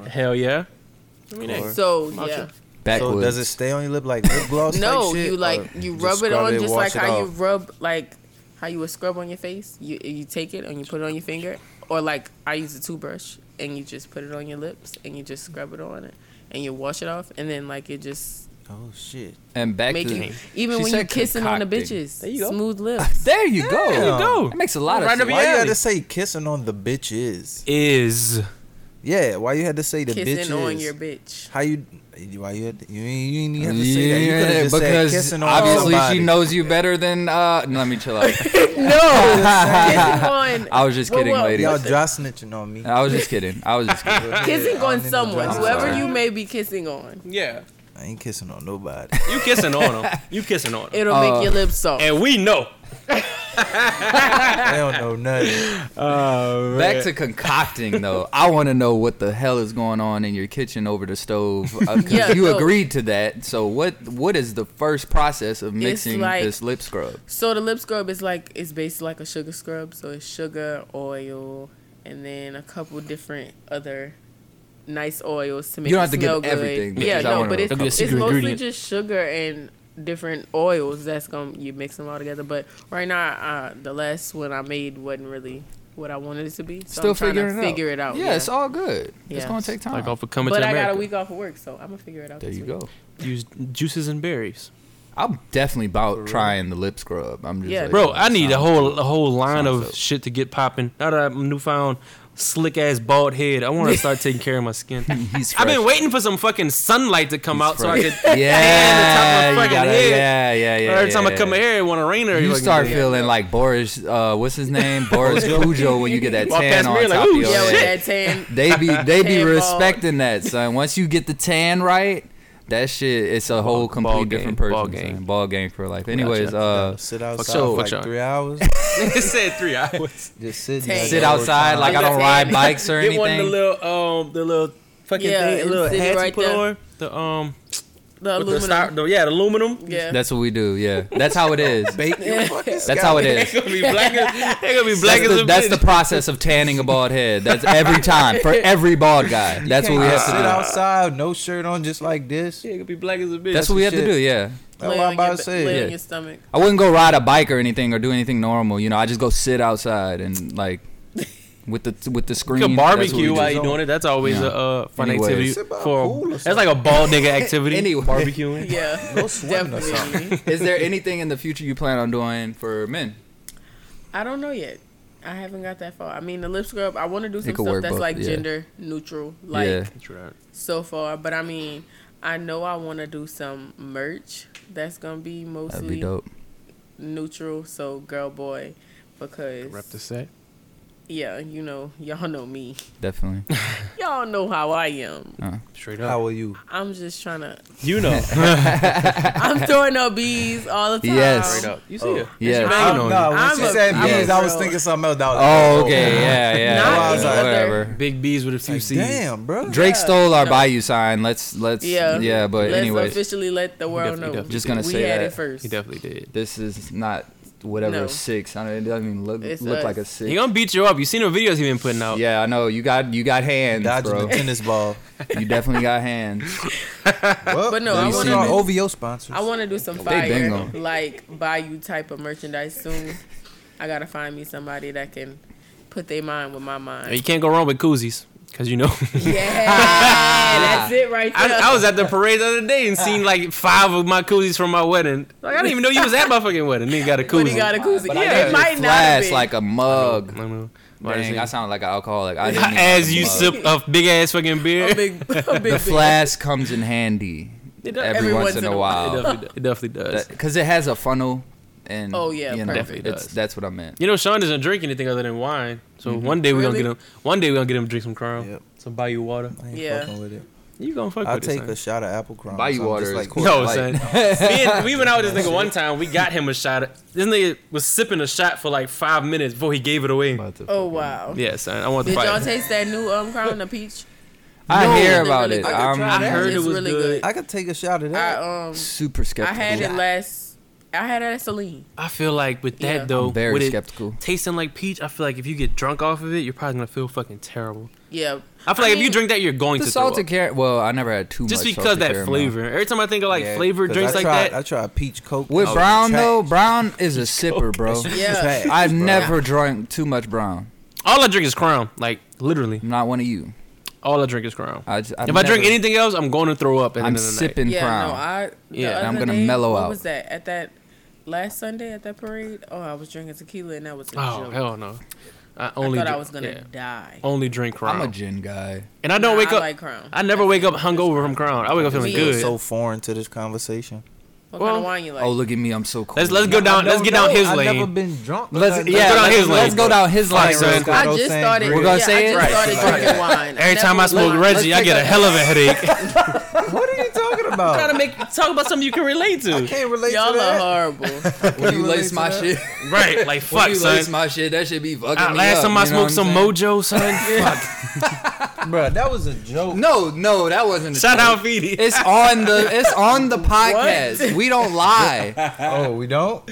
hell yeah. Or- So Mouth yeah, shut. Backwards. So does it stay on your lip like lip gloss? type no, shit, you like or you just rub it scrub on just wash like it how you off? rub like how you would scrub on your face. You you take it and you put it on your finger, or like I use a toothbrush and you just put it on your lips and you just scrub it on it and you wash it off and then like it just Oh shit! and back make to it even She when you said kissing on the concocting. bitches, There you go. smooth lips. (laughs) There you go. There you go. That makes a lot of Right sense. up Why Yeah. you had to say kissing on the bitches? Is Yeah, why you had to say the kissing bitches? on (laughs) your bitch. How you? Why you? Had to, you ain't you ain't even have to say that. You could Yeah, have just said because kissing on obviously somebody. she knows you better than. Uh, let me chill out. kissing on. I (laughs) was just Well, kidding, well, ladies. Y'all dry snitching on me. I was just kidding. I was just kidding. (laughs) (laughs) Kissing I don't on need no someone, dry I'm whoever sorry. you may be kissing on, yeah. I ain't kissing on nobody. (laughs) You kissing on them. You kissing on them. it'll Uh, make your lips soft. And we know. They don't (laughs) know nothing. Oh, Back to concocting though. I want to know what the hell is going on in your kitchen over the stove. Uh, 'cause Yeah, you so- agreed to that. So what what is the first process of mixing like- this lip scrub? So the lip scrub is like it's basically like a sugar scrub. So it's sugar, oil, and then a couple different other nice oils to make You don't it have to give smell good. everything, but Yeah, just I no, wanna but know a it's, couple. it's Secret mostly ingredient. just sugar and different oils that's gonna you mix them all together. But right now, uh, the last one I made wasn't really what I wanted it to be. So Still I'm trying figuring to it out. figure it out. Yeah, it's all good. It's Yeah. gonna take time. like off of coming but to I America. got a week off of work, so I'm gonna figure it out. there this you week. go. Use juices and berries, I'm definitely about trying the lip scrub. I'm just Yeah. like, bro. I need a sounds whole good. a whole line Sounds of dope. shit to get popping. Now that I'm newfound slick ass bald head, I want to start taking care of my skin. (laughs) He's I've been (laughs) fresh. waiting for some fucking sunlight to come He's out so I (laughs) fresh. could. tan the top of my you fucking gotta- head. Yeah, yeah, yeah. every time I yeah. come here, it want to rain. Or You fucking start day. feeling like Boris, uh, what's his name? (laughs) Boris Cujo when you get that Walk tan past on me top like, of "Ooh, your Yeah, with Shit. head. that tan. They be they (laughs) be Tan bald. respecting that, son. Once you get the tan right, that shit it's a whole Ball- complete ball different gang, person. ball Ball gang. gang, ball gang for life. Anyways, Uh, uh, sit outside y'all, for fuck like y'all. three hours. (laughs) it said three (laughs) hours. Just sit. Tan. sit outside like I don't ride bikes or Get one of the (laughs) anything. little um the little fucking Yeah, thing, and little sit it hats you right put there. on. The um The with the, aluminum. star, the yeah the aluminum. yeah. That's what we do. Yeah, that's how it is. Bake your fucking That's how it It's (laughs) is. gonna be black. as- They gonna be black that's as the, a that's bitch. the process of tanning a bald head. That's (laughs) every time for every bald guy. That's what we have Sit to do. outside, no shirt on, just like this. yeah, it gonna be black as a bitch. That's what we have to shit. do. Yeah. That's Lay what on I'm about your- to say. Lay Yeah. on (laughs) your stomach. I wouldn't go ride a bike or anything or do anything normal. You know, I just go sit outside and like with the with the screen. You can that's what we barbecue do. while you're doing it. That's always Yeah. a uh, fun Anyways. activity Sit by a pool for. or That's something. like a bald nigga activity. Anyway. barbecuing. (laughs) Yeah. No sweating or something. Definitely. Is (laughs) there anything in the future you plan on doing for men? I don't know yet. I haven't got that far. I mean, the lip scrub. I want to do some could stuff work that's both, like yeah. gender neutral, like yeah. so far. But I mean, I know I want to do some merch that's gonna be That'd mostly be dope. neutral, so girl, boy, because Rep the set. yeah, you know, y'all know me. Definitely. (laughs) (laughs) Y'all know how I am. Straight up. How are you? I'm just trying to. You know. (laughs) I'm throwing up bees all the time. Yes. Straight up. Oh. You see it. Yeah. It's I'm banging on No, when I'm she a- said I'm a bees, I was girl. thinking something else. That was Oh, okay. (laughs) Yeah, Not yeah. any other- whatever. you. Big B's with a few Like, C's. damn, bro. Drake Yeah, stole our no. Bayou sign. Let's let's Yeah. yeah, but Let's anyways, officially let the world definitely- know. definitely Just gonna we say had that. it first. He definitely did. this is not whatever No. a six. I don't it doesn't even look It's look us. like a six. He gonna beat you up. You seen the videos he been putting out. yeah, I know. You got you got hands, Dodging bro. the tennis ball. you definitely got hands. (laughs) Well, But no, I we see wanna our do- OVO sponsors. I want to do some They bang fire, on. like Bayou type of merchandise soon. I gotta find me somebody that can put their mind with my You mind. can't go wrong with koozies, cause you know. (laughs) (laughs) Yeah, that's it right there. I, I was at the parade the other day and seen like five of my koozies from my wedding. Like I didn't even know you was at my fucking wedding. Nigga got a But koozie. he got a koozie. But yeah, I it didn't might not flash have been. like a I mug. don't know. Why does Dang, he- I sound like an alcoholic. I (laughs) didn't (laughs) even As have a you sip mug. (laughs) a big ass fucking beer. a big, (laughs) a (laughs) big the flask comes in handy It does. every, once in a It while definitely, it definitely does. because it has a funnel. And Oh, yeah, you know, perfect. it's- does. that's what I meant. You know, Sean doesn't drink anything other than wine. So one day we're Really? gonna get him. One day we're gonna get him to drink some crown. Yep. Some bayou water. I ain't Yeah. fucking with it. You gonna fuck I'll with take it, a shot of apple crumb. Bayou water is (laughs) cool. No, Like- son. (laughs) Me (laughs) and- we went out with this nigga one time. We got him a shot. This nigga was sipping a shot for like five minutes before he gave it away. Oh wow! Yeah, son. I want the Did y'all fight. taste that new um crown the peach? I No, hear they're about really it. I good. could I'm try I that. heard it It's was really good. good. I could take a shot of I that. um super I skeptical. had it last. I had it at Celine. I feel like with that Yeah. though, I'm very with it skeptical. tasting like peach, I feel like if you get drunk off of it, you're probably gonna feel fucking terrible. Yeah, I feel I like if mean, you drink that, you're going The to throw salted up. caramel. Well, I never had too Just much. because salted that caramel. flavor. Every time I think of like Yeah, flavored 'cause drinks I like tried, that, I tried peach coke. With Oh, brown trash. though, brown (laughs) is a sipper, bro. yeah. I've never drank too much brown. all I drink is Crown. Like literally, I'm not one of you. all I drink is Crown. I just, I've if I drink never- anything else, I'm going to throw up. At I'm the end of the night. sipping yeah, brown. No, I. The Yeah, other and I'm gonna day, mellow what out. was that at that last Sunday at that parade? Oh, I was drinking tequila and that was a Oh joke. hell no! I I only thought I dr- was gonna yeah. die. only drink Crown, I'm a gin guy. and I don't Nah, wake I up. like Crown. I never wake up hungover from Crown. I wake up feeling Me good. so foreign to this conversation. What Well- kind of wine you like? Oh, look at me. I'm so cool. let's let's go down. Let's get down his lane. I've never been drunk. Let's, Like, yeah, go down let's, his lane. let's go down his Alright, lane. so real then- quick. I Colorado just saying started. We're gonna yeah, say I it? just Right. started drinking wine. Every That time I was smoke wine. Reggie, I take get a a- (laughs) hell of a headache. (laughs) What are you talking about? Try to make talk about something you can relate I to. (laughs) can't relate Y'all to that. are horrible. (laughs) When you relate lace to my that? shit, (laughs) (laughs) Right, like when fuck, you lace son. my shit, that shit be fucking Ah, me last up, time I you know what smoked some I'm saying? mojo, son. (laughs) (laughs) Fuck. Bro, that was a joke. No, no, that wasn't. a Shout out joke. Feedy. (laughs) It's on the it's on (laughs) the podcast. We don't lie. Oh, we don't?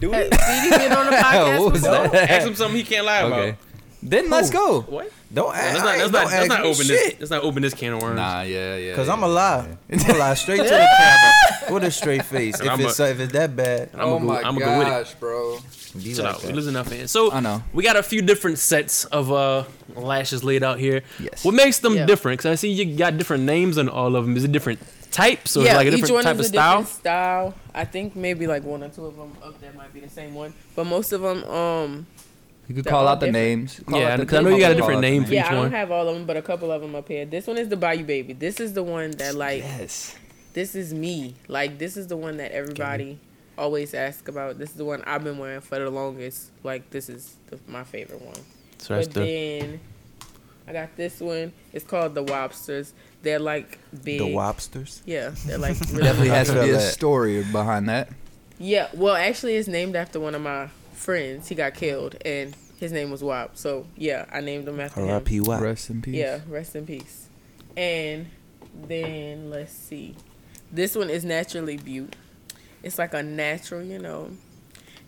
Do it. Did he get on the podcast What was before? that? Ask him something he can't lie Okay. about. Then let's go. What? Don't Let's ask. not, let's don't not, let's ask not me open this. shit. Let's not open this can of worms. Nah, yeah, yeah. Cause yeah. I'm (laughs) a lie. I'm a lie straight to the camera with a straight face. If I'm it's a- if it's that bad, I'm oh gonna go, my I'm gonna go with it. gosh, bro. be Chill like out. that. We losing our fans. So I know. we got a few different sets of uh lashes laid out here. Yes. What makes them Yeah. different? Cause I see you got different names on all of them. Is it different types or is it like a different type of style? different style. I think maybe like one or two of them up there might be the same one, but most of them, um, You could They're call all out the different. names. Call Yeah, out the 'cause I know you got a different people. Call out the name names. for yeah, I one? don't have all of them, but a couple of them up here. This one is the Bayou Baby. This is the one that like Yes. this is me. Like this is the one that everybody always ask about. This is the one I've been wearing for the longest. Like this is the, my favorite one. So that's but the then I got this one. It's called the Wobsters. They're like big. The Wobsters. Yeah, they're like Definitely really. has to be a That. story behind that. yeah. Well, actually, it's named after one of my friends. He got killed, and his name was Wob. So yeah, I named him after him. R.I.P. Wop. Rest in peace. Yeah, rest in peace. And then let's see. This one is naturally butte. It's like a natural, you know.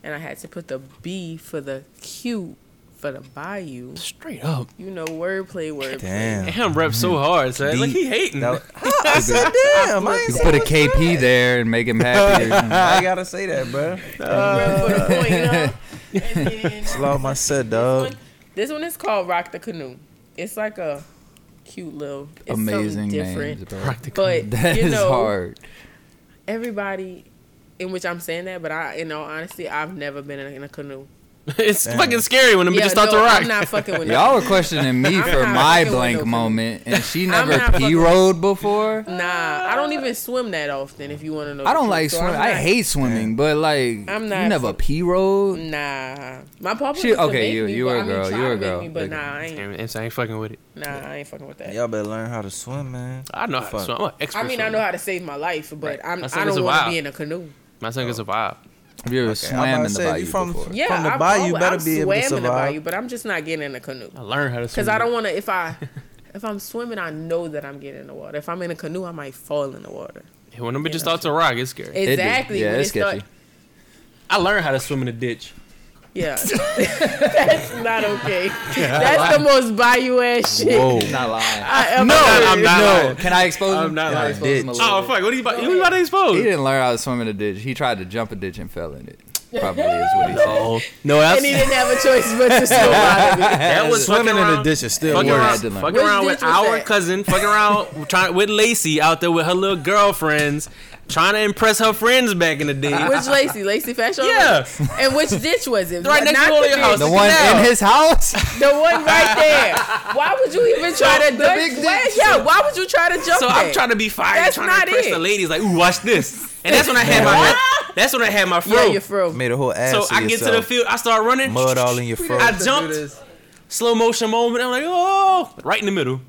And I had to put the B for the cute for the bayou. straight up. You know, wordplay, wordplay. Damn. Damn, rep so hard. So like Deep. he hating. (laughs) That- I said damn. I ain't You say could put a what's KP there and make him happy. or something. (laughs) I gotta say that, bro. Word Uh, for the point, you (laughs) know? And then It's all my set, dog. this one is called Rock the Canoe. It's like a cute little it's something Amazing different. names, bro. Practical. (laughs) But That you is know, hard. everybody in which I'm saying that, but I, in all honesty, I've never been in a, in a canoe. it's Damn. fucking scary when the bitch start no, to rock. I'm not (laughs) (laughs) fucking with Y'all y'all. were questioning me I'm for not my fucking with blank no moment, and she I'm never not fucking p with- rolled before. Nah, I don't even swim that often. If you want to know, I the don't truth. like So swimming. I'm I not- hate swimming, but like I'm you not never swim- p rolled. Mm. Nah, my papa. She- used to okay, make you- me, you but- were a I mean, girl, try you were a to make girl. Me, but Like- nah, I ain't. Damn, it's- I ain't fucking with it. Nah, I ain't fucking with that. Y'all better learn how to swim, man. I know how to Fuck. swim. I'm an expert. I mean, I know how to save my life, but Right. I'm, My I son is don't a want to wild. be in a canoe. My son can survive. Have you ever Okay, I'm about swam to in the say, bayou you from- before? Yeah, From the I've bayou, you always- better I've be able to swam in the survive. bayou, but I'm just not getting in a canoe I learned how to swim. because I don't want to. If I (laughs) if I'm swimming, I know that I'm getting in the water. If I'm in a canoe, I might fall in the water. When the bitch know. start to rock, it's scary. It do. Exactly. Yeah, when it's it start- sketchy. I learned how to swim in a ditch. (laughs) Yeah. That's not okay. That's the most bayou ass shit Whoa. I'm not lying. I ever I'm heard. not no. lying. Can I expose him? I'm not Can I lying. expose him a Ditch. little Oh bit? fuck! What are you about? You about to expose? He didn't learn how to swim in a ditch. He tried to jump a ditch and fell in it. Probably is what he said. Oh no, And he didn't have a choice but to (laughs) swim out of it. that was Swimming fucking in the around- ditch is still Fucking Yeah, I worse. around, did learn. fucking Which around ditch with was our that? cousin, fucking around (laughs) trying with Lacey out there with her little girlfriends, trying to impress her friends back in the day. Which Lacey? Lacey Fashion? Yeah. And which ditch was it? (laughs) Right next to all the your ditch, house. The one Now. in (laughs) his house? The one right there. Why would you even try to The jump? big ditch. where- Yeah, why would you try to jump so that? I'm trying to be fiery, That's trying not to impress it. the ladies. Like, ooh, watch this, and that's when I had my that's when I had my Yeah, fro. you're fro. Made a whole ass. so of I get to the yourself. field, I start running, Mud all in your fro. (laughs) I jumped, slow motion moment. I'm like, oh, right in the middle.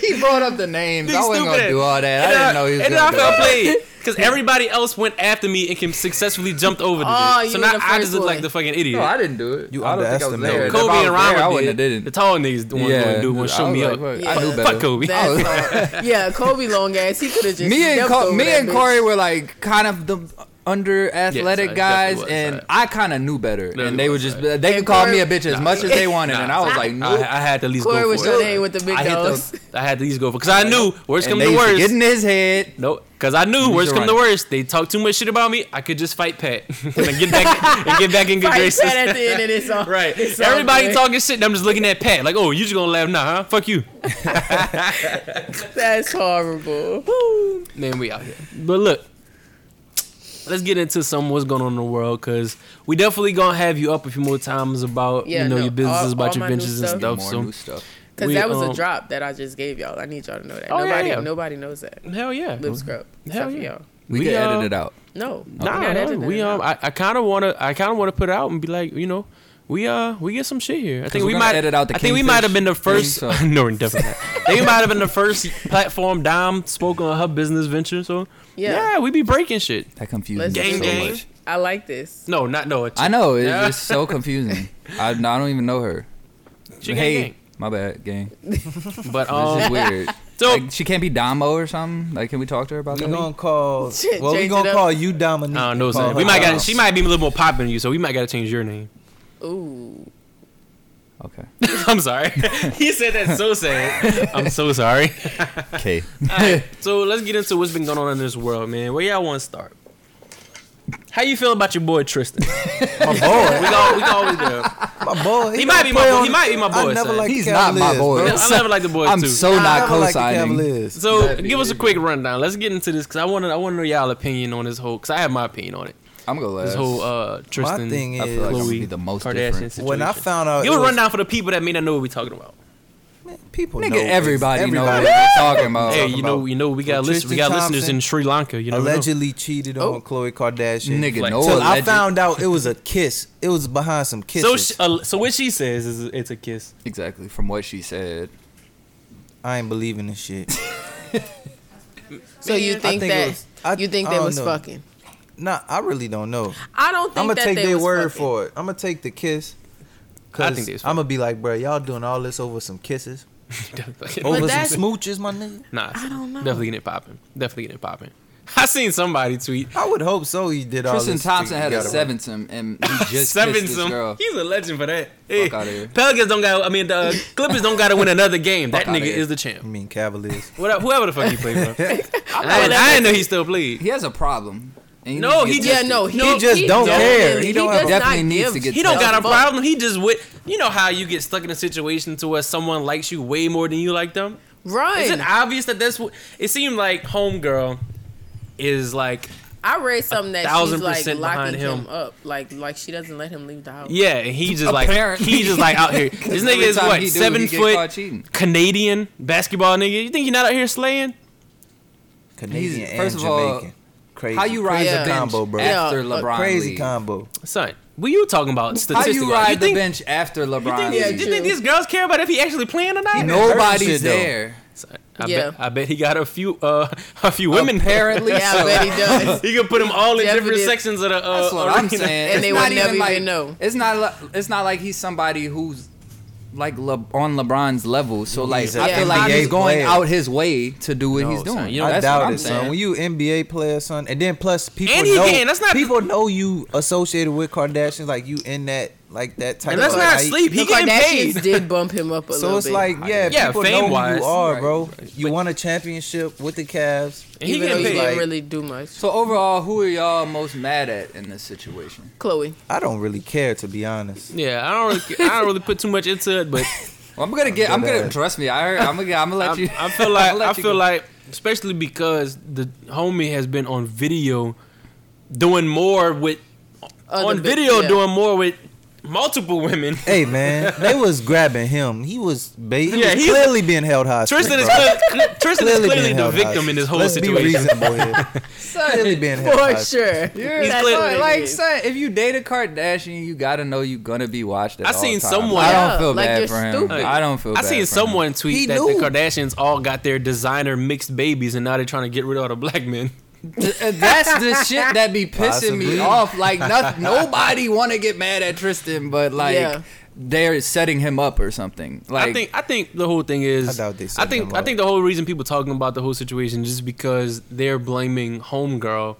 He brought up the names. Big I wasn't going stupid. to do all that. I And (laughs) didn't know he was And going then I to do all felt that. played because everybody else went after me and can successfully jumped over the Oh, bitch. you So were now the I just first look one. like the fucking idiot. No, I didn't do it. You I don't think I was underestimated. there. If I Kobe was and there, I Rama wouldn't did. have did The it. tall niggas the ones yeah, Yeah, who do one I show was me like, up. fuck, Yeah. I knew Fuck better. Kobe. I was- That's all. Yeah, Kobe long ass. He could have just me and jumped Co- over me that and bitch. Corey were like kind of the under athletic it definitely guys, was, and right. I kind of knew better. No, it and they would was, just right. they could And call me Corey- a bitch as much as they wanted, and I was like, I, nope. I had to at least Corey go was for it. your name with the big I had, (laughs) nose. to, I had to at least go for because I knew worst And come they to used to get worst. in his head. No, because I knew worst to come to run. worst. They talk too much shit about me. I could just fight (laughs) Pat and then get back and get back in good Fight graces. Pat at the end of (laughs) this song. Right. It's all Everybody good. talking shit. And I'm just looking at Pat like, oh, you just gonna laugh now, huh? Fuck you. That's horrible. Man, we out here. But look, let's get into some what's going on in the world because we definitely gonna have you up a few more times about Yeah, you know no, your businesses, all- about all your my new ventures and stuff. stuff. More so new stuff. Because We, that was um, a drop that I just gave y'all. I need y'all to know that. Oh, yeah, nobody, yeah. nobody knows that. hell yeah, Lip scrub. Hell Hell yeah. yeah. Y'all. We, We, could um, edit it out. No. Nah, we're not hell, editing we it um, out. I, I kind of wanna, I kind of wanna put it out and be like, you know, We uh we get some shit here. I think we're we gonna might edit out the I think we might have been the first. kingfish thing, (laughs) so- no, we're definitely. Not. I think we might have been the first platform Dom spoke on her business venture. So Yeah. yeah, we be breaking shit. That confuses Let's me so Gang, gang. much. I like this. No, not no. It's, I know it's Yeah. just (laughs) so confusing. I, I don't even know her. She gang, hey, my bad, gang. gang. but (laughs) This is um, weird. (laughs) so Like, she can't be Domo or something. Like, can we talk to her about We that? (laughs) gonna call. Shit, Well, we change gonna it up. call you Dominique. I don't know. Call Sam. We her might Dom. got. She might be a little more popping than you, so we might got to change your name. (laughs) Ooh. Okay. I'm sorry. (laughs) he said that so sad. I'm so sorry. Okay. (laughs) So let's get into what's been going on in this world, man. Where y'all want to start? How you feel about your boy Tristan? My boy. we (laughs) all we always there. My boy. He might be my play boy- on- he might be my boy, I never son. liked the He's not my Cavaliers, boy. bro. I never like the boy I'm too. so I not never liked the co-signing. Cavaliers. So That'd be give us a it. quick rundown. Let's get into this because I want to I want to know y'all opinion on this whole because I have my opinion on it. I'm gonna go last. This whole uh Tristan. My thing I is, feel like I'm gonna Khloe be the most Kardashian different. situation. when I found out, give it a was- rundown for the people that may not know what we talking about. man, people. know Nigga, this. everybody, Everybody knows what we're talking about. hey, talking you know about you know we got from listen, we got Tristan listeners in Thompson, Sri Lanka. You never know allegedly cheated Oh. on Khloe Kardashian. Nigga, Like, no Till I alleged- found out it was a kiss. It was behind some kisses. So she, uh, so what she says is it's a (laughs) kiss. (laughs) Exactly, from what she said. I ain't believing (laughs) this shit. So you I think, think it that was- I- you think I they don't was know. fucking? Nah, I really don't know. I don't think I'm gonna that take they their was word fucking. for it. I'm gonna take the kiss. I think they was I'm gonna be like, bro, y'all doing all this over some kisses, Definitely- over some that's- smooches, my nigga. nah, I don't know. Definitely getting it popping. Definitely getting it popping. (laughs) I seen somebody tweet. I would hope so. He did all Tristan this. Thompson You had a gotta- seven some and (laughs) he just Seven kissed this some. girl. He's a legend for that. Hey, outta here. Pelicans don't got. I mean, uh, (laughs) Clippers don't got to win another game. Fuck That outta nigga here. is the champ. I mean, Cavaliers. Whatever, whoever the fuck he played (laughs) for. I, didn't- I didn't know he still played. He has a problem. And No, needs to he get Yeah, (laughs) just- tested. no, He he, just don't care. He, He don't does definitely not needs give to get He don't a got a fuck. problem. He just with you know how you get stuck in a situation to where someone likes you way more than you like them. Is it Right. obvious that that's what it seemed like? Homegirl is like I read something that thousand she's like percent behind locking him. him. up, like like she doesn't let him leave the house. yeah, and he just like Apparently. he just like out (laughs) here. This nigga Every is time what he do, seven he get caught foot cheating. Canadian basketball nigga. You think he not out here slaying? Canadian He's- and first of all, Jamaican. Crazy. How you ride crazy Yeah. the bench combo, bro? after Yeah, LeBron? Crazy leaves? combo. Son, what you talking about? How Statistically, you ride you the think, bench after You LeBron? think, yeah, leaves? you think these girls care about if he actually playing or not? Hurt Nobody's shit, though. there. Son, I, Yeah. bet, I bet he got a few uh (laughs) a few women. Apparently, Yeah, I so. bet he (laughs) does. He could put them all in different Definitely. sections of the uh, That's what I'm arena. saying. And It's they not would never like, even know. It's not. li- It's not like he's somebody who's like Le- on LeBron's level. So like, He's I a feel like NBA he's going player. out his way to do what No, he's doing. son, you you know, know, I that's what doubt I'm it, saying. son. When you NBA player, son, and then plus people And he know can, that's not- people know you associated with Kardashians, like you in that like that type. And let's of, not like, sleep. He the getting paid. Kardashians did bump him up a So little it's bit. like, yeah, Yeah, people know who fame-wise. you are, Right, bro. right. You won a championship with the Cavs. And he getting even though he paid. didn't Like- really do much. So overall, who are y'all most mad at in this situation? Chloe, I don't really care to be (laughs) honest. Yeah, I don't really, ca- I don't really put too much into (laughs) it, but Well, I'm gonna get. I'm gonna dead. trust me. I heard, I'm gonna. (laughs) I'm gonna let I, you. I feel I'ma like let I you feel go. like especially because the homie has been on video doing more with Other on bi- video yeah. doing more with multiple women. (laughs) Hey man, they was grabbing him. He was ba- he Yeah, was he's- clearly being held hostage. Tristan is bro. clearly, Tristan is clearly being the held victim in this hostage. whole Let's Be situation. reasonable here. (laughs) clearly being held for hostage. sure. Yeah, He's son, clearly- like son, if you date a Kardashian, you gotta know you gonna be watched. At I all seen times. someone- I Yeah, don't feel like you're bad for him. stupid. I don't feel. I bad seen for him. someone tweet He that knew. the Kardashians all got their designer mixed babies, and now they're trying to get rid of all the black men. That's the shit that be pissing me Possibly. off. (laughs) Like noth- nobody want to get mad at Tristan, but like Yeah. they're setting him up or something. Like I think I think the whole thing is I doubt they set I think them I up. think the whole reason people talking about the whole situation is just because they're blaming homegirl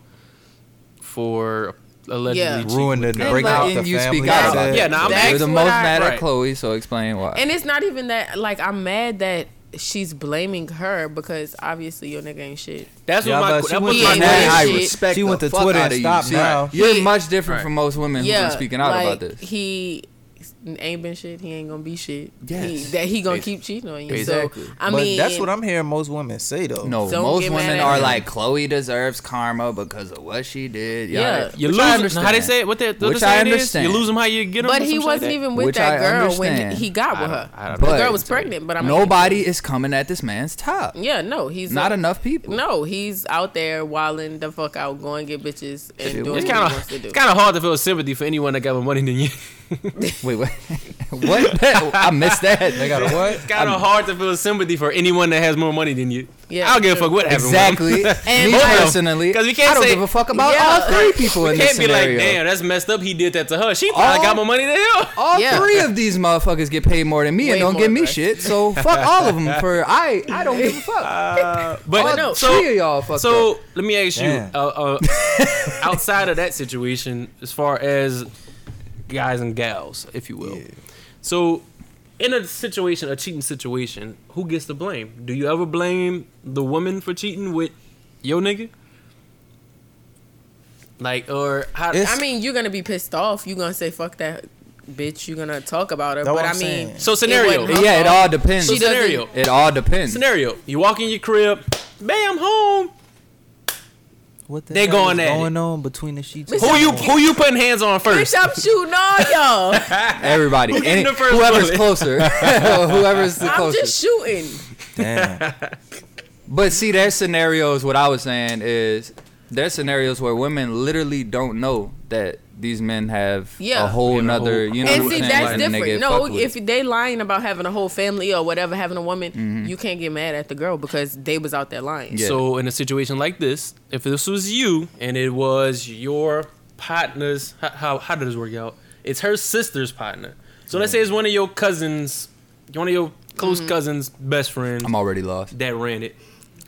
for Yeah. allegedly cheating Ruined with the Kylie. break like, out and the you family. speak out Yeah, about yeah, it. nah, I'm you're asking the what most I- mad right. at Chloe, so explain why. And it's not even that like I'm mad that she's blaming her because obviously your nigga ain't shit. That's Yeah, what my that but she was went my question. to Nat- I shit. respect She went the to fuck Twitter outta and you. stopped See, now. You're He- much different Right. from most women who've been speaking out about this. He ain't been shit. He ain't gonna be shit. Yes. He, that he gonna keep cheating on you. Exactly. So I but mean, that's what I'm hearing most women say though. No, Don't most get mad women at are him. like Chloe deserves karma because of what she did. Yeah. Yeah, You Which lose I them- how they understand. say it? What the, the Which other I saying is? You understand. lose them how you get them. But he wasn't even with Which that I girl when understand. he, he got I don't- with her. I don't the know. girl was But pregnant, but I'm Nobody is coming at this man's top. Yeah, no, he's Not a- enough people. No, he's out there wilding the fuck out, going get bitches and Shit, doing it's what It's he kind wants of to do. it's kind of hard to feel sympathy for anyone that got more money than you. Wait, what? (laughs) what? I missed that. They got (laughs) a what? It's kind I'm- of hard to feel sympathy for anyone that has more money than you. Yeah, I don't give a true. fuck what happened. Exactly. (laughs) (laughs) And Me like- personally, 'Cause we can't I don't say- give a fuck about Yeah. all (laughs) three people in You this can't be like, scenario. damn, that's messed up. He did that to her. She probably All- got more money than him. (laughs) all Yeah. three of these motherfuckers get paid more than me Way and don't more, give me bro. shit. (laughs) So fuck all of them for I. I don't give a fuck. But All no. three of y'all fucked Uh, so let me ask you, Damn. uh, uh, outside of that situation, as far as guys and gals, if you will. So, in a situation, a cheating situation, who gets the blame? Do you ever blame the woman for cheating with your nigga? Like, or how? It's- I mean, you're gonna be pissed off. You're gonna say fuck that bitch. You're gonna talk about her. That's but what I I'm mean, saying. so it scenario, wasn't up. Yeah, it all depends. so She doesn't- scenario, It all depends. uh, scenario. You walk in your crib, bam, home. What the They hell going is at it. going on between the sheets? Bitch, Who you who you putting hands on first? (laughs) bitch, I'm shooting (laughs) all y'all. (laughs) Everybody, Who getting Any- the first whoever's bullet? (laughs) closer, (laughs) whoever's the I'm closest. just shooting. (laughs) Damn. But see, there's scenarios. What I was saying is, there's scenarios where women literally don't know that these men have Yeah. a whole Yeah, nother. whole- You know, and what see, I'm saying? that's Like, different. nigga, no, fuck with. if they lying about having a whole family or whatever, having a woman, you can't get mad at the girl because they was out there lying. Mm-hmm. Yeah. So in a situation like this, if this was you and it was your partner's, how how, how did this work out? It's her sister's partner. So let's say it's one of your cousins, one of your close Mm-hmm. cousins' best friends I'm already lost. that ran it.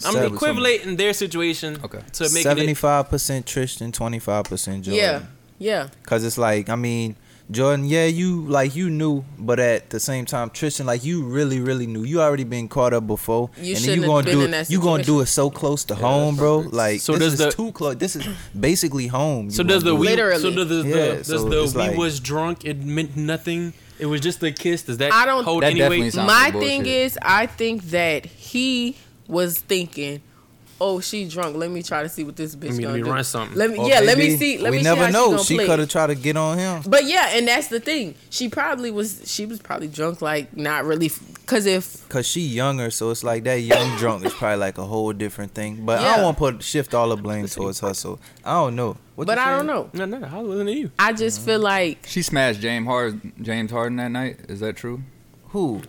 I'm Seven- equivalating their situation Okay. to making it. Seventy-five percent Tristan, twenty-five percent Jordan. yeah, yeah. Cause it's like, I mean, Jordan, yeah, you like you knew, but at the same time, Tristan, like you really, really knew. You already been caught up before. You then shouldn't have gonna been do in it, that You gonna do situation. it so close to home, bro. Like So does this is the- too close. This is basically home. You So does the gonna we? do it. Literally. So does the, Yeah, does so the it's we like- was drunk? It meant nothing. It was just a kiss. Does that I don't- hold That any definitely weight? sounds My like bullshit. thing is, I think that he was thinking, "Oh, she drunk. Let me try to see what this bitch Let me- let gonna me do. run something." Let me, Or yeah. Let me maybe see. Let we me never see how know. She, gonna could play. have tried to get on him. But yeah, and that's the thing. She probably was. She was probably drunk, like not really. Because if Cause she younger, so it's like that young drunk is probably like a whole different thing. But I Yeah. don't want to put shift all the blame towards her. So I don't know. What but you Mm-hmm. I saying? don't know. No, no, no. I wasn't you. I just feel like She smashed James Harden, James Harden that night. Is that (laughs) true? Who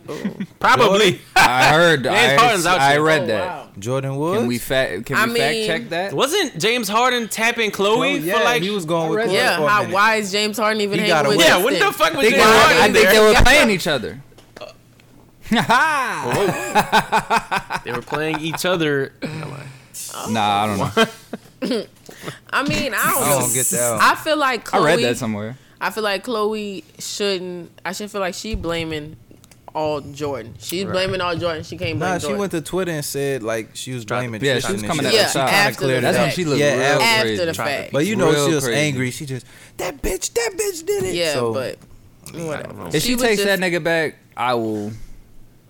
Probably. I heard. I, James Harden's out I there. read oh, that. wow. Jordan Woods? Can we fact? Can I we fact mean- check that? Wasn't James Harden tapping Chloe Oh, yeah, for like he was going with Chloe Yeah, Yeah. for a How, minute. why is James Harden even He hanging got with? away. Yeah, this what the thing? fuck I was think, James they were- I Harden think they there? (laughs) were playing each other. nah, They were playing each other. I don't know. I mean, I don't, I know. don't get that. I feel like I Chloe. read that somewhere. I feel like Chloe shouldn't. I should feel like she blaming all Jordan. She's Right. blaming all Jordan. She can't blame Nah, she Jordan. went to Twitter and said like she was Tried to- blaming. Yeah, Tristan she was and coming shit. at Yeah, the shop. after the That's when fact. she looked Yeah, real after crazy. the fact. But you know Real she was crazy. angry. She just that bitch. That bitch did it. yeah, So, but whatever. If she, was takes that just- nigga back, I will.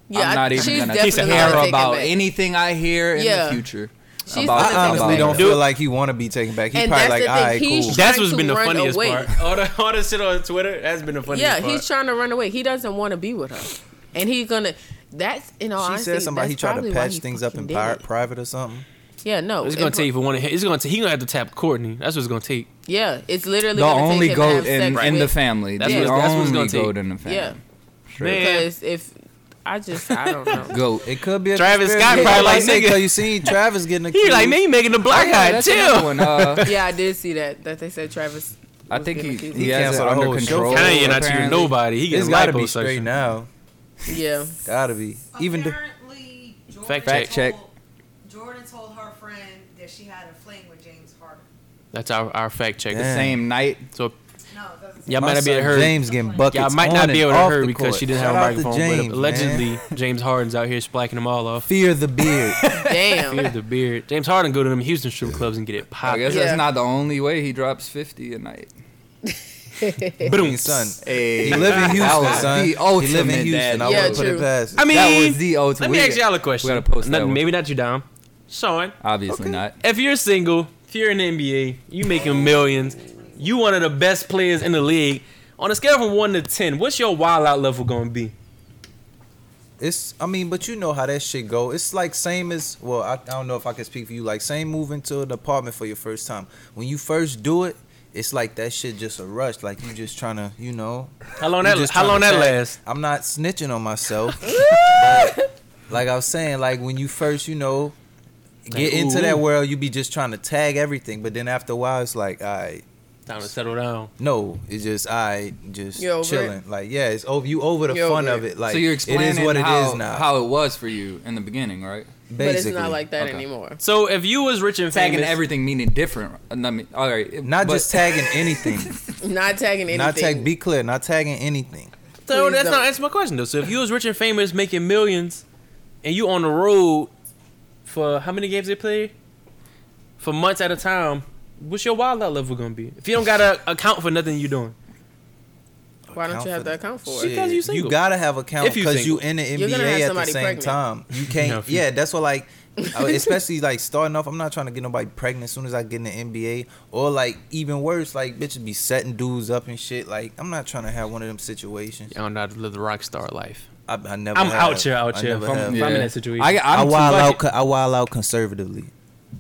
yeah, I'm I- not even she's gonna definitely gonna care take it about back. anything I hear in Yeah. the future. She's about- gonna I take it honestly back. don't Dude. feel like he want to be taken back. He's And probably that's like, the all thing, right, he's cool. trying That's what's to been the run funniest away. part. All the, all the shit on Twitter, that's been the funniest Yeah, part. he's trying to run away. He doesn't want to be with her, and he's gonna. That's in all She honesty. said somebody he that's tried probably to why patch he things up in fucking did pri- it. private or something. Yeah, no. It's gonna it- take for one. of his- It's gonna take. He gonna have to tap Courtney. That's what it's gonna take. Yeah, it's literally The gonna only take him to have goat in, sex in the with- family. That's the what- that's what it's only gonna take. goat in the family. Yeah, Man. because if I just I don't know. (laughs) Goat. It could be a Travis Scott conspiracy. probably like, I say, nigga. 'cause you seen Travis getting (laughs) a He like me making the Oh, black guy that's another too. (laughs) one. (laughs) Uh, yeah, I did see that that they said Travis. I was think getting he, accused. he He has it canceled a under whole show. control. Kanye not cheating apparently. nobody. He It's getting oh, gotta be straight liposuction. now. Yeah, Gotta be. Even the Apparently, Jordan Fact check. told- Jordan told her friend that she had a fling with James Harden. That's our, our fact check. Damn. Same night. So No, it doesn't. say y'all my might not be able son to hear. James getting buckets. Y'all might on not be and able to off hear the because court. she didn't Shout have a out to microphone. James, but man. allegedly, James Harden's out here splacking them all off. fear (laughs) the beard. (laughs) Fear damn. the beard. James Harden go to them Houston strip clubs and get it I popped. guess Yeah. that's not the only way he drops 50 a night. Boom. son. Hey, He (laughs) live in Houston, was son. the he live ultimate in Houston. dad I Yeah, wouldn't put true. it past. I mean, that was the ultimate. Let me ask y'all a question. We gotta post that Nothing- one. Maybe not you, Dom. Sean, Obviously not. if you're single, if you're in the NBA, you making millions, you one of the best players in the league. On a scale from one to ten, what's your wild out level gonna be? it's. I mean, but you know how that shit go. It's like same as. Well, I, I don't know if I can speak for you. Like same moving to an apartment for your first time. When you first do it, it's like that shit just a rush. Like you just trying to, you know. How long you that? just How tryna long that tag- last? I'm not snitching on (laughs) myself. but, like I was saying, like when you first, you know, Like, get into ooh, that ooh. world, you be just trying to tag everything. But then after a while, it's like, all right, Time to settle down. no, it's just I just You over chilling. Like yeah, it's over. You over the You fun over of it. it. Like so you're explaining it is what how, it is now. how it was for you in the beginning, right? basically, But it's not like that Okay. anymore. So if you was rich and Tagging famous, everything meaning different. I mean, all right, it- not but- just tagging (laughs) anything. Not tagging anything. Not tag. Be clear. Not tagging anything. so Please that's don't. not answer my question though. So if you was rich and famous, making millions, and you on the road for how many games they play for months at a time, what's your wild-out level gonna be? If you don't (laughs) gotta account for nothing you doing, Why don't you have to that account for Shit. it? Because you single. gotta have account If you because you, single. in the You're gonna have NBA at the somebody same pregnant. time. (laughs) You No, can't. if you- yeah, that's what (laughs) like, I- especially like starting off. I'm not trying to get nobody pregnant as soon as I get in the NBA, or like even worse, like bitches be setting dudes up and shit. Like I'm not trying to have one of them situations. I don't know how to live the rock star life. I, I never. I'm have. out here, out I here. never If I'm- have. if I'm in that situation. I, I I'm too, wild out. co- I wild out conservatively.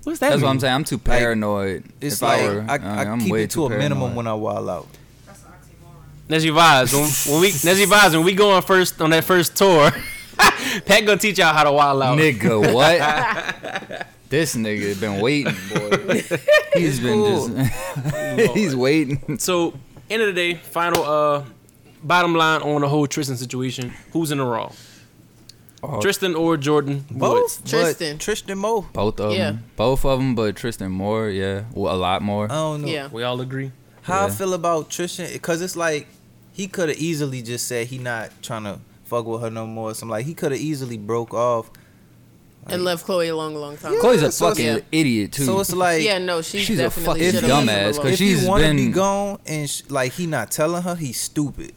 What's that? that's what mean? I'm saying. I'm too Like, paranoid. It's If like I, were, I, I, I'm keep way it too to a minimum paranoid. when I wild out. That's an Nezzy oxymoron. Vibes. When, when we Nezzy Vibes, when we go on first on that first tour, (laughs) Pat gonna teach y'all how to wild out. (laughs) Nigga, what? this nigga been waiting, (laughs) boy. He's been just. (laughs) he's waiting. So end of the day, final uh bottom line on the whole Tristan situation. Who's in the wrong? Uh, Tristan or Jordan Woods? Both, but Tristan. Tristan Moe. Both of Yeah. them. Both of them, but Tristan Moore, yeah. Well, a lot more. I don't know. Yeah. We all agree. how I Yeah. feel about Tristan because it's like he could have easily just said he not trying to fuck with her no more. So I'm like he could have easily broke off. And left Chloe a long, long time. Chloe's a so it's- fucking Yeah. idiot, too. So it's like yeah, no, she's, she's a definitely fucking should've left dumbass, him 'cause alone. if she's he want to be been- gone and sh- like he not telling her, he's stupid.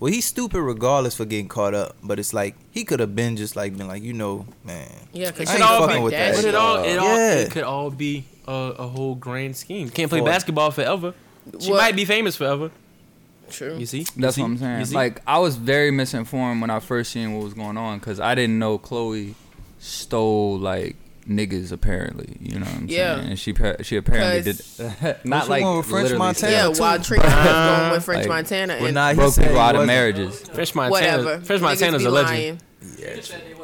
Well, he's stupid regardless for getting caught up. But it's like he could have been just like been like you know man. Yeah, I It because should ain't she's all fucking be with that. But it all it all Yeah. it could all be a, a whole grand scheme. Can't play For- basketball forever. She Well- Mm. might be famous forever. True. You see? You That's see? what I'm You saying. see? Like I was very misinformed when I first seen what was going on because I didn't know Chloe stole like niggas apparently. You know what I'm Yeah. saying? And she pa- she apparently did 'Cause- (laughs) not Which like one with French literally Montana? Yeah, too. while Trina was going with French Like, Montana Well, and nah, he broke said people he out of wasn't. marriages. French Montana. whatever. French Niggas Montana's be a legend. lying.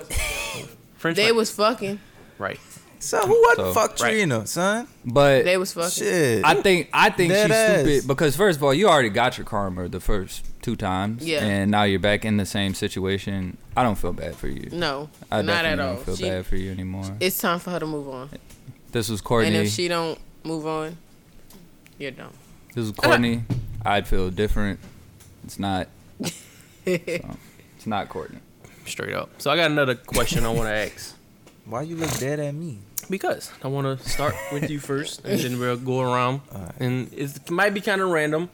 French They Mon- was fucking. right. So who what So- not fuck Right. Trina, son? But They was fucking. Shit. I think I think Dead she's ass. stupid because first of all, you already got your karma the first two times, Yeah. and now you're back in the same situation. I don't feel bad for you. No, I not definitely at don't all. feel She, bad for you anymore. it's time for her to move on. This was Courtney. And if she don't move on, you're dumb. This is Courtney. I'd feel different. It's not. It's not Courtney. Straight up. So I got another question I (laughs) wanna ask. Why you look dead at me? Because I want to start with you first, and then we'll go (laughs) around. Alright. And it's- it might be kind of random.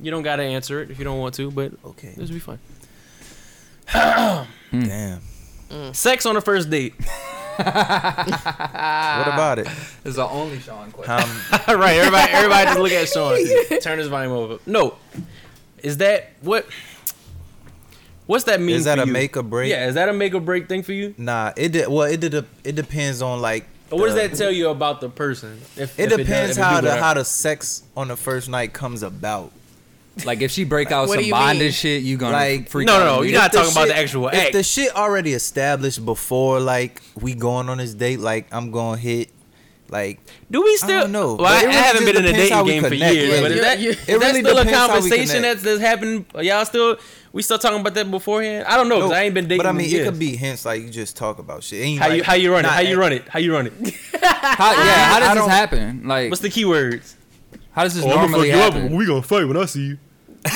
You don't gotta answer it if you don't want to, but Okay. this will be fun. Damn. Sex on the first (laughs) date. What (laughs) about it? It's the only Sean question. Um, right, everybody, everybody, just look at Sean. (laughs) Turn his volume over. No, is that what? What's that mean? is that for a you? make or break? Yeah, is that a make or break thing for you? Nah, it de- well, it de- it depends on like. Or what does the- that tell you about the person? If, Uh, It if does- depends if it how do the go how down? the sex on the first night comes about. like if she break out What do some you bondage mean? shit, you gonna Like- freak No, out. no, no, immediately. you're not If talking about the shit- actual If act. the shit already established before, like we going on this date, like I'm gonna hit, like Do we still? I don't know, Well, I, but it I really haven't just been in the depends how dating we game for connect, years. really. But is You're- that, you're- is It that really still a depends how we conversation that's connect. that's happened? Are y'all still? We still talking about that beforehand? I don't know because Oh, I ain't been dating. oh, But I in mean, years. it could be hints like you just talk about shit. Ain't How you like- eh. how you run it? not How you act- run it? How you run it? How, yeah, how I does this don't- happen? Like, What's the keywords? how does this normally happen? we gonna fight when I see you.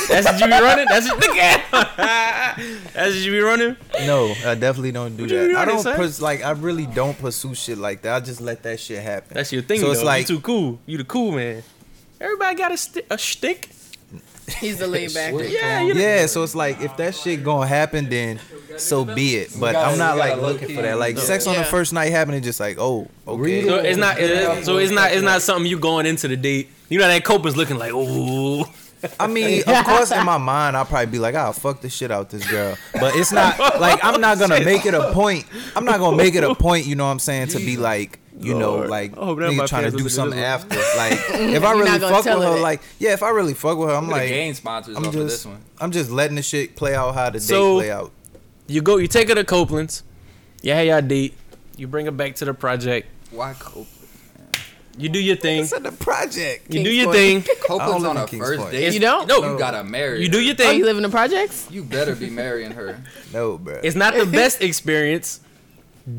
That's what you be running. That's what, that's what you be running. (laughs) No, I definitely don't do you that. mean I what it don't say? pers- like I really don't pursue shit like that. I just let that shit happen. That's your thing. So it's though. like you too cool. You the cool man. Everybody got a sti- a shtick. (laughs) He's the laid back. Yeah, you Yeah, so it's like if that shit gonna happen, then so be it. But gotta- I'm not we gotta like looking low-key for that. Like do sex on Yeah. the first night happening, just like oh, okay. So it's not. It, so it's not. It's not something you going into the date. You know that Copa's looking like, ooh. I mean, of (laughs) course, in my mind, I'll probably be like, "I'll fuck the shit out this girl," but it's not like I'm not gonna make it a point. I'm not gonna make it a point. You know what I'm saying? To be like, you know, Lord. like I hope none of my nigga trying to fans do listen to something this (laughs) after. Like if I You're really not gonna fuck with tell her her, that. like yeah, if I really fuck with her, I'm I'm like, like gain sponsors I'm off of just this one. I'm just letting the shit play out how the So- day play out. You go, you take her to Copeland's. You have y'all date. You bring her back to the project. Why Copeland? You do your thing. It's at the project. You do your Kingsport. thing. (laughs) Copeland's live on in a Kings first Point. date. You don't? No. You gotta marry. You do her. your Oh, thing. you live in the projects? You better be marrying her. No, bro. It's (laughs) not the best experience.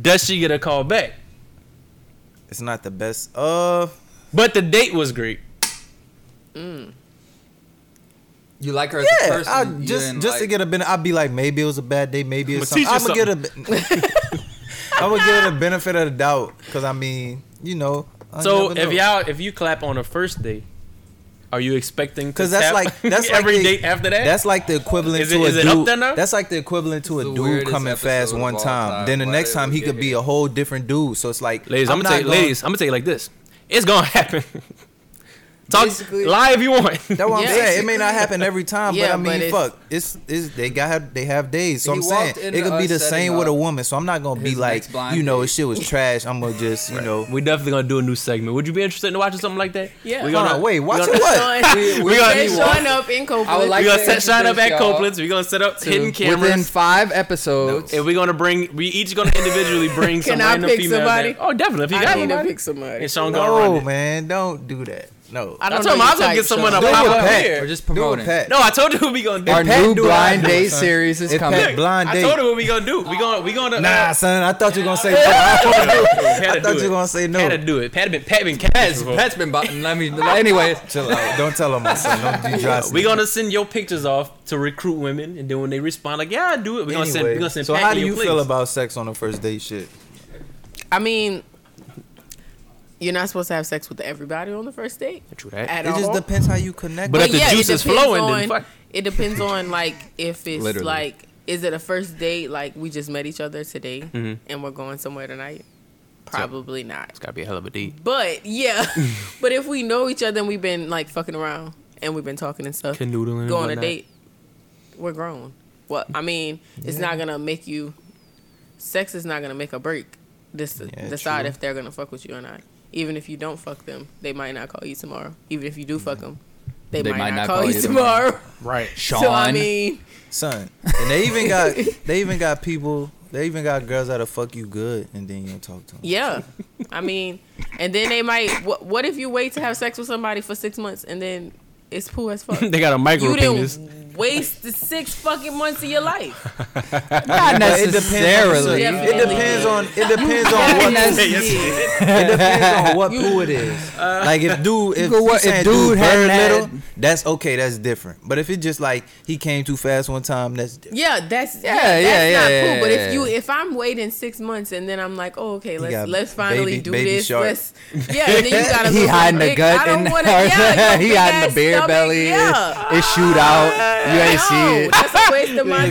Does she get a call back? It's not the best. Uh, But the date was great. You like her as a yeah. person. I you just didn't just like, to get a benefit, I'd be like, maybe it was a bad day. Maybe it's I'ma something. I'm gonna teach you get a. (laughs) I'm gonna give it a benefit of the doubt because I mean, Oh, you know. I So never if know. y'all if you clap on a first date, are you expecting? Because Cause (laughs) that's like that's every like the- date after that. That's like the equivalent Is it- to a is dude. it up there now? That's like the equivalent to It's the a dude weirdest coming fast episode of one all time. time. Then the Why next did time we he get could be here? a whole different dude. So it's like, ladies. I'm, gonna not tell you, going- ladies. I'm gonna tell you like this. It's gonna (laughs) happen. Talk Basically- lie if you (laughs) want. That's what I'm Yeah. saying. It may not happen every time, Yeah, but I but mean, it's- fuck. It's, it's they got they have days. So He I'm saying walked it into could be us the setting same with a up woman. So I'm not gonna be his like, next blind you know, date. this shit was trash. I'm gonna just, you know. we definitely gonna do a new segment. Would you be interested in watching something like that? Yeah. We Hold gonna on, wait, we watch gonna- what? We- we They're gonna- we walked- showing up in Copeland. I would like We gonna to set Shine up introduce at y'all Copeland's. We gonna set up to- hidden Within cameras. five episodes, And we're gonna bring. We each gonna individually bring some Can I random pick female. somebody? that- Oh, definitely. If you I got need to somebody. pick somebody. And Sean gonna run No, it. man, don't do that. No. I don't I told know him I your was gonna type, get someone Sean. up. do it pop with up Pat. here. we're just Do it with promoting. Pat. No, I told you what we gonna do. Our Pat new do it, blind I do it, date son. series is If Pat coming. blind I told date. her what we gonna do. We gonna we gonna Nah, uh, son. I thought you were (laughs) gonna say. I Pat to thought do you it. were gonna say Pat to no. do it. Pat been Pat been cats. Pat's, Pat's been. bo- Let me. Anyways, Chill out. Don't tell him my son. (laughs) Don't do dry. We gonna send your pictures off to recruit women, and then when they respond like, "Yeah, I do it," we gonna send we gonna send. so Pat how in do your you place. feel about sex on a first date shit? I mean, you're not supposed to have sex with everybody on the first date True that. at It all. just depends how you connect. But if the it juice is depends flowing, then on- fuck. It depends on like if it's Literally. like is it a first date like we just met each other today and we're going somewhere tonight? Probably not. Gotta be a hell of a deed. But yeah, but if we know each other and we've been like fucking around and we've been talking and stuff, Canoodling and go on a whatnot. date, we're grown. Well, I mean, it's not gonna make you. Sex is not gonna make a break. This Yeah, decide true. if they're gonna fuck with you or not. Even if you don't fuck them, they might not call you tomorrow. Even if you do fuck them, they, might, not, call, you tomorrow. (laughs) Right. Sean. So I mean, son. And they even got (laughs) they even got people. They even got girls that'll fuck you good, and then you don't talk to them. yeah, I mean, and then they might. What, what if you wait to have sex with somebody for six months and then it's poo as (laughs) fuck? they got a micro you penis. didn't waste the six fucking months of your life. (laughs) not But it depends. On, necessarily. it depends on it depends on Yeah, what that's- Hey, yes, yeah. it depends on what poo it is. Like if dude if, go, you what- if saying dude dude very hadn't had- little, that's okay, that's different. But if it's just like he came too fast one time, that's different. Yeah, that's yeah, Yeah, that's yeah, not yeah, cool. yeah, but yeah. if you if I'm waiting six months and then I'm like, oh okay, got let's let's finally baby- do baby this. shark. Let's, yeah, (laughs) and then you got a he little hiding the big- I gut don't and (laughs) wanna- yeah, your he big hiding ass the bear stomach, belly. (laughs) Yeah. It, it shoot out. You ain't see No, it. that's a waste of my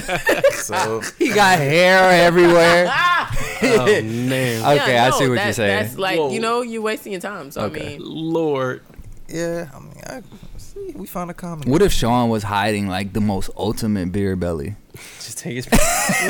time. (laughs) (laughs) So (laughs) He got hair everywhere. Ah, Oh man. okay, yeah, I see no, what that- you're That's saying. like Whoa. you know you're wasting your time. So Okay. I mean, Lord. yeah, I mean I see we found a common (laughs) What if Sean was hiding like the most ultimate beer belly? Just take his. (laughs)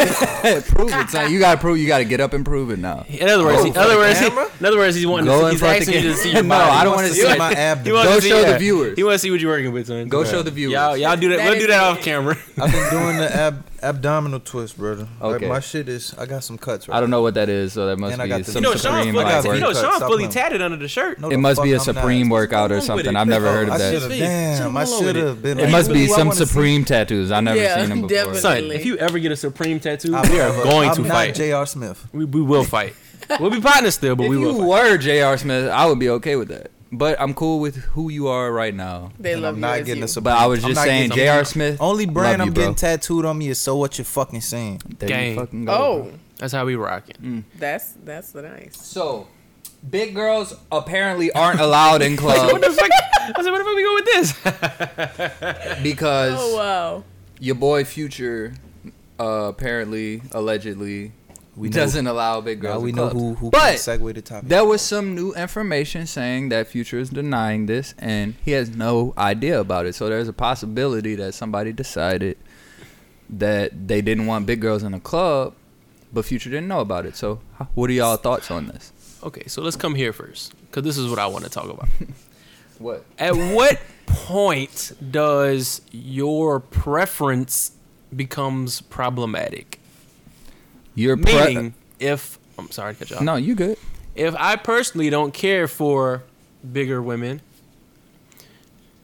prove it, son. You gotta prove. You gotta get up and prove it now. In other words, he, in front other of words, he, camera? in other words, he's wanting. Go To, in he's front of asking the you to cam- see your No, body. I He don't wants wanna to see see it. my He abdomen. wants Go to see, show the yeah. viewers. He wants to see what you're working with, son. Go show the viewers. Y'all, y'all do that. That we'll do is that it. off camera. I've been doing the ab- abdominal twist, brother. Okay. Like my shit is I got some cuts right I don't know what that is, so that must And I be got the- some You know, supreme Sean's fucking- like got fully, work. you know, Stop Sean's fully playing. tatted under the shirt. No, It the must fuck be a I'm supreme not. workout or What's wrong with something. it? I've never heard I of should that. have. Jeez. Damn, I Chill along with should it. have been. It like, must be ooh, I some wanna see supreme tattoos. I've never Yeah, seen them before. (laughs) definitely. Son, if you ever get a Supreme tattoo, I we are never- going I'm to not fight. J.R. Smith. we, we will fight. We'll be partners still, but If we you will. Fight. were J.R. Smith, I would be okay with that. But I'm cool with who you are right now. they And love I'm you. not as getting you. a supreme. But I was I'm just not saying, getting- J.R. Smith. Only brand love I'm you, getting bro. tattooed on me is so what you're fucking saying. There you Gang. fucking go, Oh, bro. That's how we rocking. that's that's the nice. So, big girls apparently aren't allowed (laughs) in What the clubs fuck? I said, where the fuck we go with this? because Oh uh. wow. your boy Future uh, apparently, allegedly, We know- doesn't allow big Now girls we in know clubs. who who but can segue the topic. There was some new information saying that Future is denying this, and he has no idea about it. So there's a possibility that somebody decided that they didn't want big girls in a club, but Future didn't know about it. So, h- what are y'all thoughts on this? Okay, so let's come here first, because this is what I want to talk about. What? At what point does your preference becomes problematic? Your pre- Meaning, if I'm sorry to cut you off. No, you good. If I personally don't care for bigger women,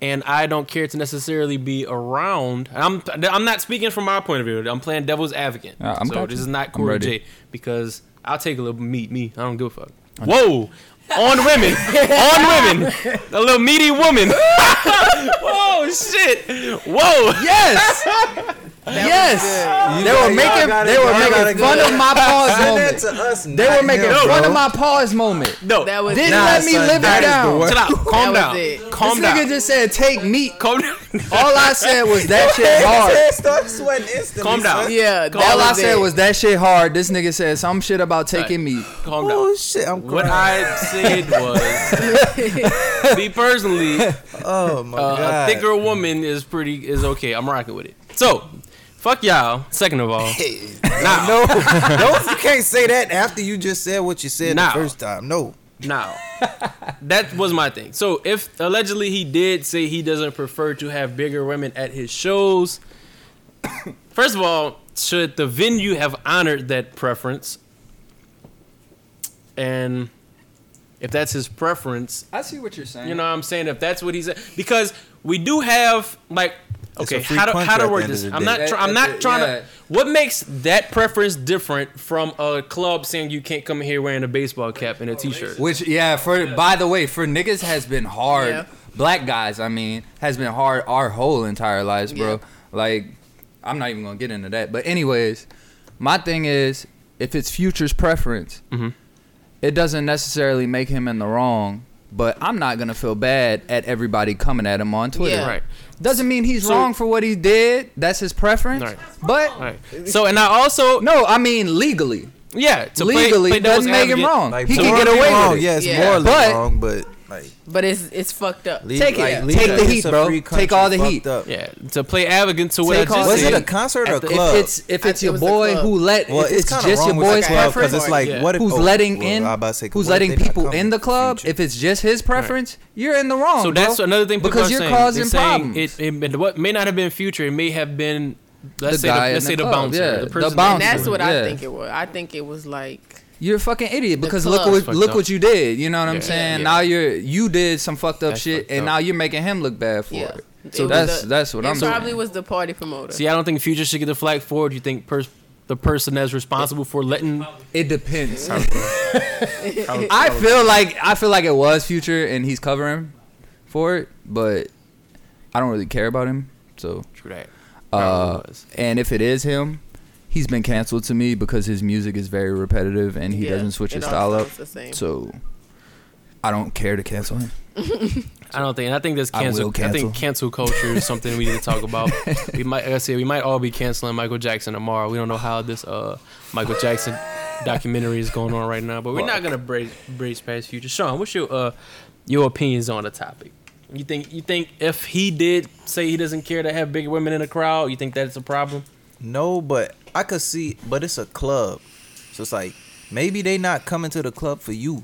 and I don't care to necessarily be around, I'm I'm not speaking from my point of view. I'm playing devil's advocate. Uh, I'm so got this you. is not I'm Corey ready. J because I'll take a little meat. Me, I don't give a fuck. Whoa. On women, on women, a little meaty woman. (laughs) Whoa, shit! Whoa, (laughs) Yes. yes. They were making they were making fun of (laughs) my pause That moment. to us. They were making fun of my. my pause moment. no, That was Didn't Nah, let me son, live that it is the down. worst. chill out, calm was down, it. calm this down, nigga just said take meat. calm down. (laughs) All I said was that shit hard. Start sweating instantly. Calm down. son. yeah. That All I was said it. was that shit hard. This nigga said some shit about taking meat. calm down. Oh shit! I'm What crying. I said was, (laughs) me personally, uh, Oh my a god. thicker woman is pretty is okay. I'm rocking with it. So, fuck y'all. Second of all, now, (laughs) No, no, you can't say that after you just said what you said Nah. the first time. No, now, that was my thing. So, if allegedly he did say he doesn't prefer to have bigger women at his shows, (coughs) first of all, should the venue have honored that preference? And if that's his preference, I see what you're saying. You know what I'm saying? If that's what he said, because we do have like It's okay, a free how to how country to at the word end this? of the I'm day. not That- try, I'm that's not it, trying yeah. to. What makes that preference different from a club saying you can't come here wearing a baseball cap and a t-shirt? Which yeah, for by the way, for niggas has been hard. Yeah. Black guys, I mean, has been hard our whole entire lives, bro. Yeah. Like, I'm not even gonna get into that. But anyways, my thing is, if it's future's preference, Mhm. it doesn't necessarily make him in the wrong. But I'm not gonna feel bad at everybody coming at him on Twitter. Yeah. Right. Doesn't mean he's So- wrong for what he did. That's his preference. Right. But All right. So and I also no, I mean legally. yeah to play- legally play devil's doesn't make him advocate, wrong. he can morally get away wrong. with it. Yeah, it's Yeah. morally But- wrong, but like But it's it's fucked up. leave- Take it. like, Yeah. leave Take that. the It's heat, a bro. free country, Take all the fucked heat. up. Yeah, to play advocant to what Take I all- just Was said. it a concert or a At the- if club? If it's if I it's think your it was a boy club. who let well, if it's kinda just your wrong with boy's the club preference because it's like Yeah. what if who's oh, letting well, in I about to say, who's what if letting they not people coming in the future? club if it's just his preference you're in the wrong So that's bro. another thing people because are you're saying. causing They're saying problems It, it, what may not have been future. It may have been let's say the, guy in let's the say the club, bouncer, yeah, the the person. And bouncer. that's what I Yeah. think it was. I think it was like you're a fucking idiot The because club. look That's what fucked look up. what you did you know what Yeah. i'm saying Yeah. now you're you did some fucked up That's shit fucked and up. now you're making him look bad for yeah. it It so was that's the- that's what it i'm probably saying was the party promoter. See, I don't think Future should get the flag for it. You think pers- the person that's responsible for letting it depends (laughs) i feel like i feel like it was future and he's covering for it but i don't really care about him so True that. Uh, Probably was. and if it is him, he's been canceled to me because his music is very repetitive and he Yeah, doesn't switch it his all style up. sounds the same. So I don't care to cancel him. I don't think. and I think that's I cancel. will I, think cancel culture is something we need to talk (laughs) about. We might, like I said, we might all be canceling Michael Jackson tomorrow. We don't know how this uh, Michael Jackson documentary is going on right now, but we're not gonna brace, brace past future. Sean, what's your uh, your opinions on the topic? You think you think if he did say he doesn't care to have big women in the crowd, you think that's a problem? No, but I could see, but it's a club, so it's like maybe they not coming to the club for you.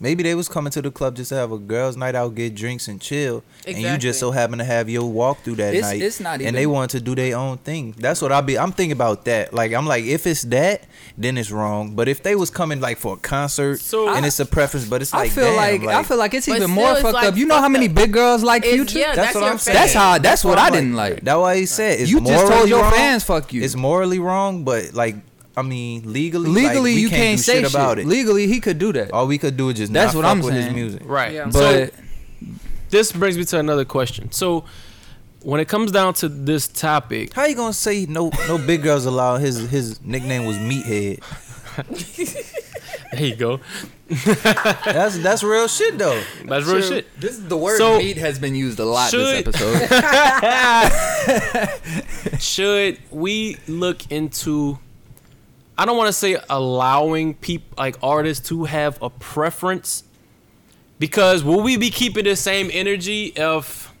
Maybe they was coming to the club just to have a girls' night out, get drinks and chill, and you Exactly. just so happen to have your walk through that It's- night. it's not and they even- want to do their own thing. That's what I be. I'm thinking about that. Like I'm like, if it's that, then it's wrong. But if they was coming like for a concert, So- and I- it's a preference, but it's like, I feel damn, like, I feel like it's But even still, more it's fucked like up. You know how fucked many up. big girls like It's- Future? (laughs) yeah, That's that's what your I'm saying. That's how. fan. That's what why I I'm didn't like. That's why he said it's You just morally told your wrong. fans, "Fuck you." It's morally wrong, but like I mean, legally, like, Legally, we you can't, do say shit about it. Oh, Legally, he could do that. All we could do is just That's not what fuck I'm with his saying. music. Right. Yeah. But this brings me to another question. So, when it comes down to this (laughs) topic, How you gonna say no? No big girls allowed. His his nickname was Meathead. there you go. That's that's real shit though. That's real shit. this the word So- meat has been used a lot Should- this (laughs) episode. Should we look into? I don't want to say allowing people like artists to have a preference, because will we be keeping the same energy if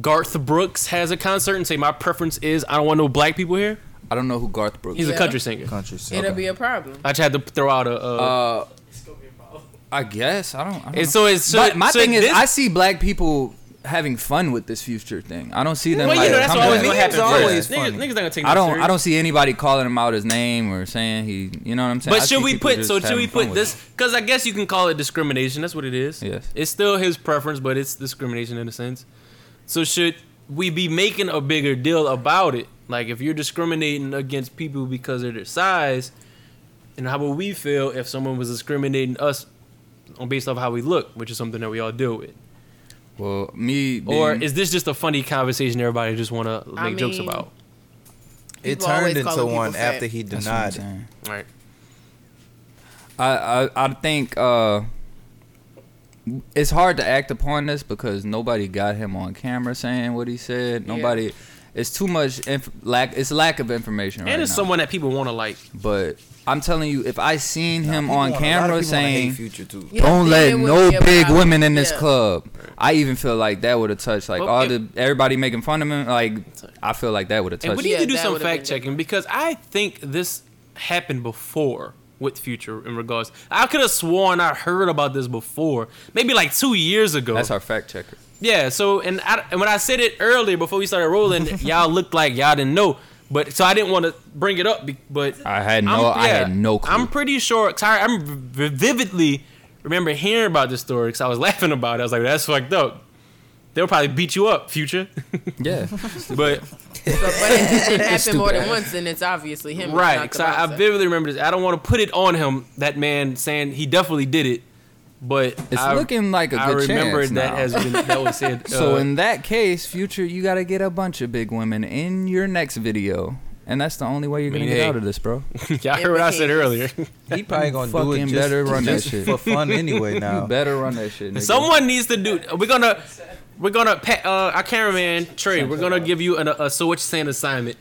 Garth Brooks has a concert and say my preference is I don't want no black people here? I don't know who Garth Brooks. He's is. Yeah. a country singer. Country It'll singer. be a problem. I just had to throw out a. Uh, Uh, I guess I don't. I don't and know. so it's so, but my so thing is, this- I see black people having fun with this future thing. I don't see them. well, like, you know that's come what always to gonna Memes happen. are first. always niggas, funny. niggas ain't gonna take. I that don't. serious. I don't see anybody calling him out his name or saying he. You know what I'm saying? I But should see we people put just so should having we fun put with this? Because I guess you can call it discrimination. That's what it is. Yes. It's still his preference, but it's discrimination in a sense. So should we be making a bigger deal about it? Like if you're discriminating against people because of their size, and how would we feel if someone was discriminating us on based off how we look, which is something that we all deal with? it. Well, me. Being, Or is this just a funny conversation everybody just want to make I jokes mean- about? It People always turned into calling people one fat. after he That's what I'm denied it. saying. All right. I, I I think uh, it's hard to act upon this because nobody got him on camera saying what he said. Yeah. Nobody. It's too much inf- lack. It's lack of information right and it's now. someone that people want to like. but I'm telling you, if I seen him People on want- a lot of people camera wanna hate saying, future too. Yeah, "Don't then let it would no be a big problem. women in this Yeah. club," I even feel like that would have touched like But all if- the everybody making fun of him. Like I feel like that would have And touched. we need Yeah, to do that some would've been fact checking because I think this happened before with Future in regards. I could have sworn I heard about this before, maybe like two years ago. That's our fact checker. yeah. So and I, and when I said it earlier before we started rolling, (laughs) y'all looked like y'all didn't know. But so I didn't want to bring it up, be- but I had no. I'm- I yeah, had no clue. I'm pretty sure. Tyra, I'm v- vividly remember hearing about this story because I was (laughs) laughing about it. I was like, "That's fucked up." They'll probably beat you up, Future. (laughs) yeah. but So, but (laughs) if it happened more than Stupid. once, then it's obviously him. It's Right. not the Because I, I boxer. vividly remember this. I don't want to put it on him, that man saying he definitely did it, but It's I, looking like a I good remember chance that now. has been that was said. (laughs) So uh, in that case, future, you gotta get a bunch of big women in your next video, and that's the only way you're gonna mean, get hey. out of this, bro. (laughs) y'all heard what I said Imitates. earlier. He probably gonna do Fucking it just, better run that just shit. for fun anyway. Now (laughs) You better run that shit. Nigga. Someone needs to do. We're gonna we're gonna pa- uh, our cameraman Trey. We're gonna give you an, a, so what you saying assignment.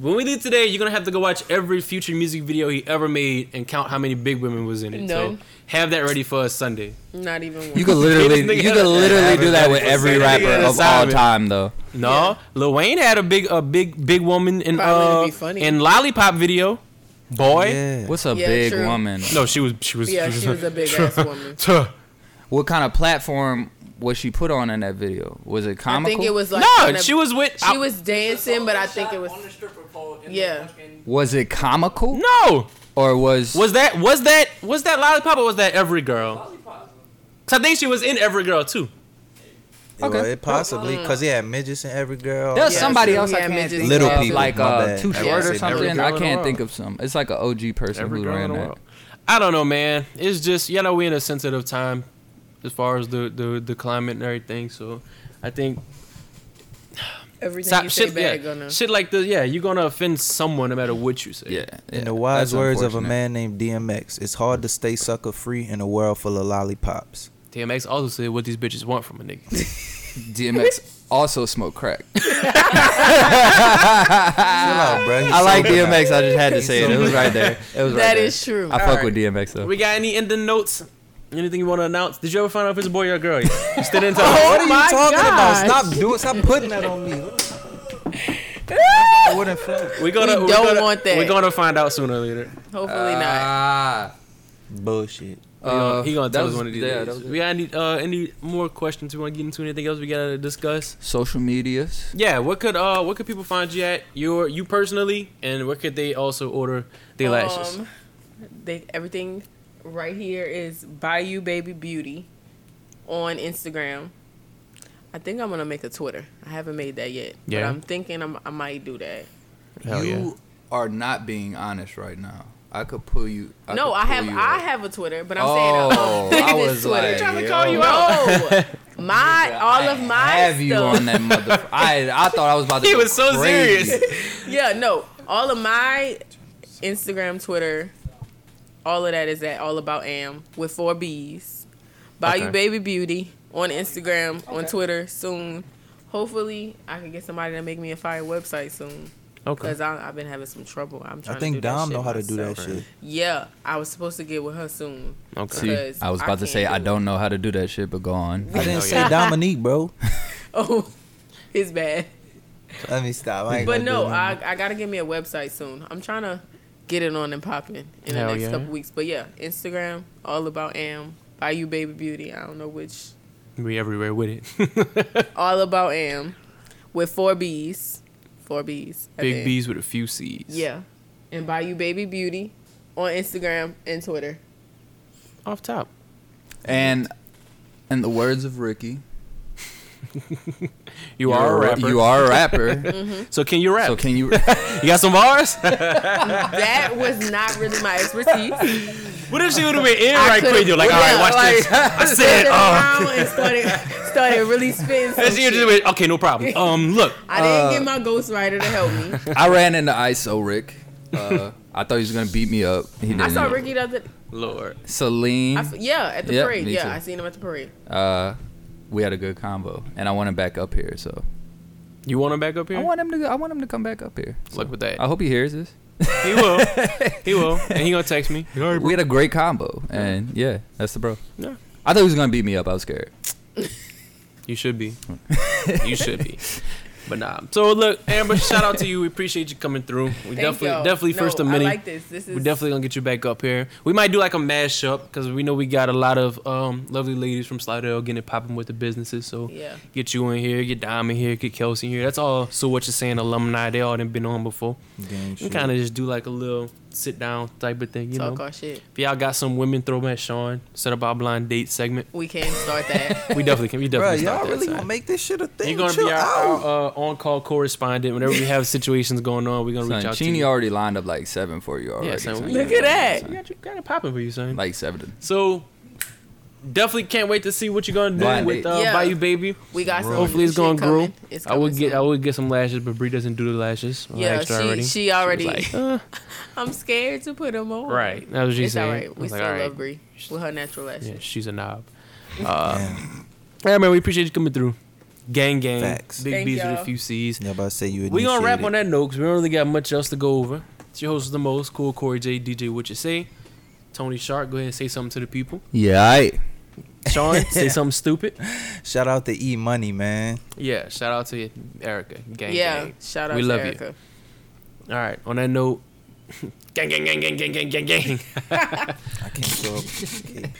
When we leave today, you're gonna have to go watch every future music video he ever made and count how many big women was in it. So No. have that ready for us Sunday. Not even one. you could (laughs) literally, This nigga you had could a- literally do that with every Yeah, rapper of all Simon. time, though. No, Lil Wayne had a big, a big, big woman in Probably would uh be funny. in lollipop video, boy. yeah, What's a Yeah, big true. woman? No, she was, she was. Yeah, she was a (laughs) big ass woman. Tuh. What kind of platform was she put on in that video? Was it I comical? think it was like no, kinda- she was with. she I- was dancing, but I think it was on the stripper pole. in the Yeah. fucking- Was it comical, No, or was was that was that was that lollipop or was that every girl? Lollipop. Cause I think she was in every girl too. okay. Okay. it possibly because he had midgets in every girl. There's Yeah, somebody so else he I had can't midgets think Little of, people, like my uh, bad. Two I Short or said every something. girl I in the can't world. think of some. It's like an OG person Every who girl ran in the that. world. I don't know, man. It's just you know we in a sensitive time, as far as the the, the climate and everything. So I think everything so- you say shit, bad yeah, gonna. shit like this. Yeah, you're gonna offend someone no matter what you say. Yeah. In yeah, the wise that's words of a unfortunate. man named DMX, it's hard to stay sucker free in a world full of lollipops. DMX also said what these bitches want from a nigga. DMX also smoked (laughs) crack. Chill out, bro. He's I like sober now. DMX. I just had to say it. It was right there. It was right That there. is true. I fuck with DMX though. (laughs) We got any ending notes? Anything you want to announce? Did you ever find out if it's a boy or a girl? (laughs) yet? You still didn't tell us. What are you Oh my talking gosh. about? Stop doing. Stop putting that on me. I wouldn't feel We're gonna, We are don't gonna, want that. We're gonna find out sooner or later. Hopefully not. bullshit. He gonna- he gonna Ah. Uh, that tell us was- one of these yeah, days. that was it. We got any uh, any more questions? We want to get into anything else? We gotta discuss. Social medias. Yeah, what could uh what could people find you at? Your you personally, and where could they also order their lashes? Um, they everything right here is Bayou Baby Beauty on Instagram. I think I'm gonna make a Twitter. I haven't made that yet, but Yeah. I'm thinking I'm, I might do that. Hell you yeah. are not being honest right now. I could pull you. I no, could I pull have you I up. have a Twitter, but I'm (laughs) Oh, saying I I'm was like, Trying to yo. call you out. my all of my I have you stuff- on that (laughs) motherfucker. I I thought I was about (laughs) to. He go was so crazy. serious. Yeah, no. All of my Instagram, Twitter, all of that is at all about am with four B's. Bayou Okay. Baby Beauty on Instagram, on Twitter soon. Hopefully, I can get somebody to make me a fire website soon Okay. because I've been having some trouble. I'm trying I to do think that Dom shit know how to do that myself. shit. Yeah, I was supposed to get with her soon. (laughs) Okay. See, Because I was I about to say can't I do it. don't know how to do that shit, but go on. I didn't know, say yeah. Dominique, bro. Oh, it's bad. (laughs) Let me stop. I ain't But gonna do no, it I, I gotta get me a website soon. I'm trying to get it on and popping in Hell the next yeah. couple weeks. But yeah, Instagram, all about am. By you, baby beauty. I don't know which. We everywhere with it. (laughs) All about am, with four B's, four B's. and Big then- B's with a few C's. Yeah, and by you, baby beauty, on Instagram and Twitter. Off top. And in the words of Ricky, You are a ra- rapper. You are (laughs) a rapper. So can you rap? so can you? (laughs) you got some bars? That was not really my expertise. (laughs) what if she would have been in I right could've- quick? You're like, all right, yeah, watch this. I (laughs) said, Turned uh, around and started started really (laughs) spitting. some and she shit. just went, uh. okay, no (laughs) problem. Um, look, I didn't get my ghostwriter to help me. (laughs) I ran into ISO Rick. Uh, I thought he was gonna beat me up. He didn't. (laughs) I saw Ricky the other. Lord, I Celine. f- yeah, at the Yeah, parade. me Yeah, too. I seen him at the parade. Uh, we had a good combo, and I want him back up here. So you want him back up here? I want him to. I want him to come back up here. So Look with that. I hope he hears this. (laughs) He will. He will, and he gonna text me. We had a great combo, and yeah, that's the bro. Yeah. I thought he was gonna beat me up. I was scared. You should (laughs) be. you should be. But nah. So look, Amber, shout out to you. We appreciate you coming through. We Thank definitely, y'all. definitely No, first of many. I like this. This is We're definitely gonna get you back up here. We might do like a mashup because we know we got a lot of um, lovely ladies from Slidell getting it popping with the businesses. So Yeah. get you in here, get Diamond here, get Kelsey here. That's all. So what you're saying, alumni? They all done been on before. Gang We shit. kind of just do like a little sit down type of thing, you talk know. our shit. If y'all got some women, throw them at Sean. Set up our blind date segment. We can start that. (laughs) We definitely can. We Bro, definitely start y'all that really side. gonna make this shit a thing? You're gonna Chill be our, out. our, uh, on-call correspondent. Whenever we have situations going on, we're gonna Son, reach out to Chini you. already lined up like seven for you already. yeah, son, son. we- Look at that. We got, you, got it popping for you, son. Like seven. so definitely can't wait to see what you're gonna do Blind with date. uh, Yeah. Bayou Baby. we got some. Hopefully, it's new gonna shit coming. grow. It's I would coming get I soon. would get some lashes, but Bree doesn't do the lashes. I Yeah, asked her she already. she already. was (laughs) like, uh, (laughs) I'm scared to put them on. right. That was what she It's said. all right. I We was still like, all love right. Bree with her natural Yeah, lashes. she's a knob. Uh, yeah, man, we appreciate you coming through. Gang, gang. Facts. Big Thank B's with a y'all. few C's. Yeah, about to say you. We gonna wrap initiated. on that note because we don't really got much else to go over. It's your host the most cool Corey J DJ. What you say, Tony Shark? Go ahead and say something to the (laughs) people. Yeah, I. Sean, say something stupid. Shout out to E Money, man. Yeah, shout out to you, Erica. Gang, Yeah, gang. shout out We to love you. Erica. All right. On that (laughs) (laughs) note, gang, gang, gang, gang, gang, gang, gang, gang. I can't show up. KP.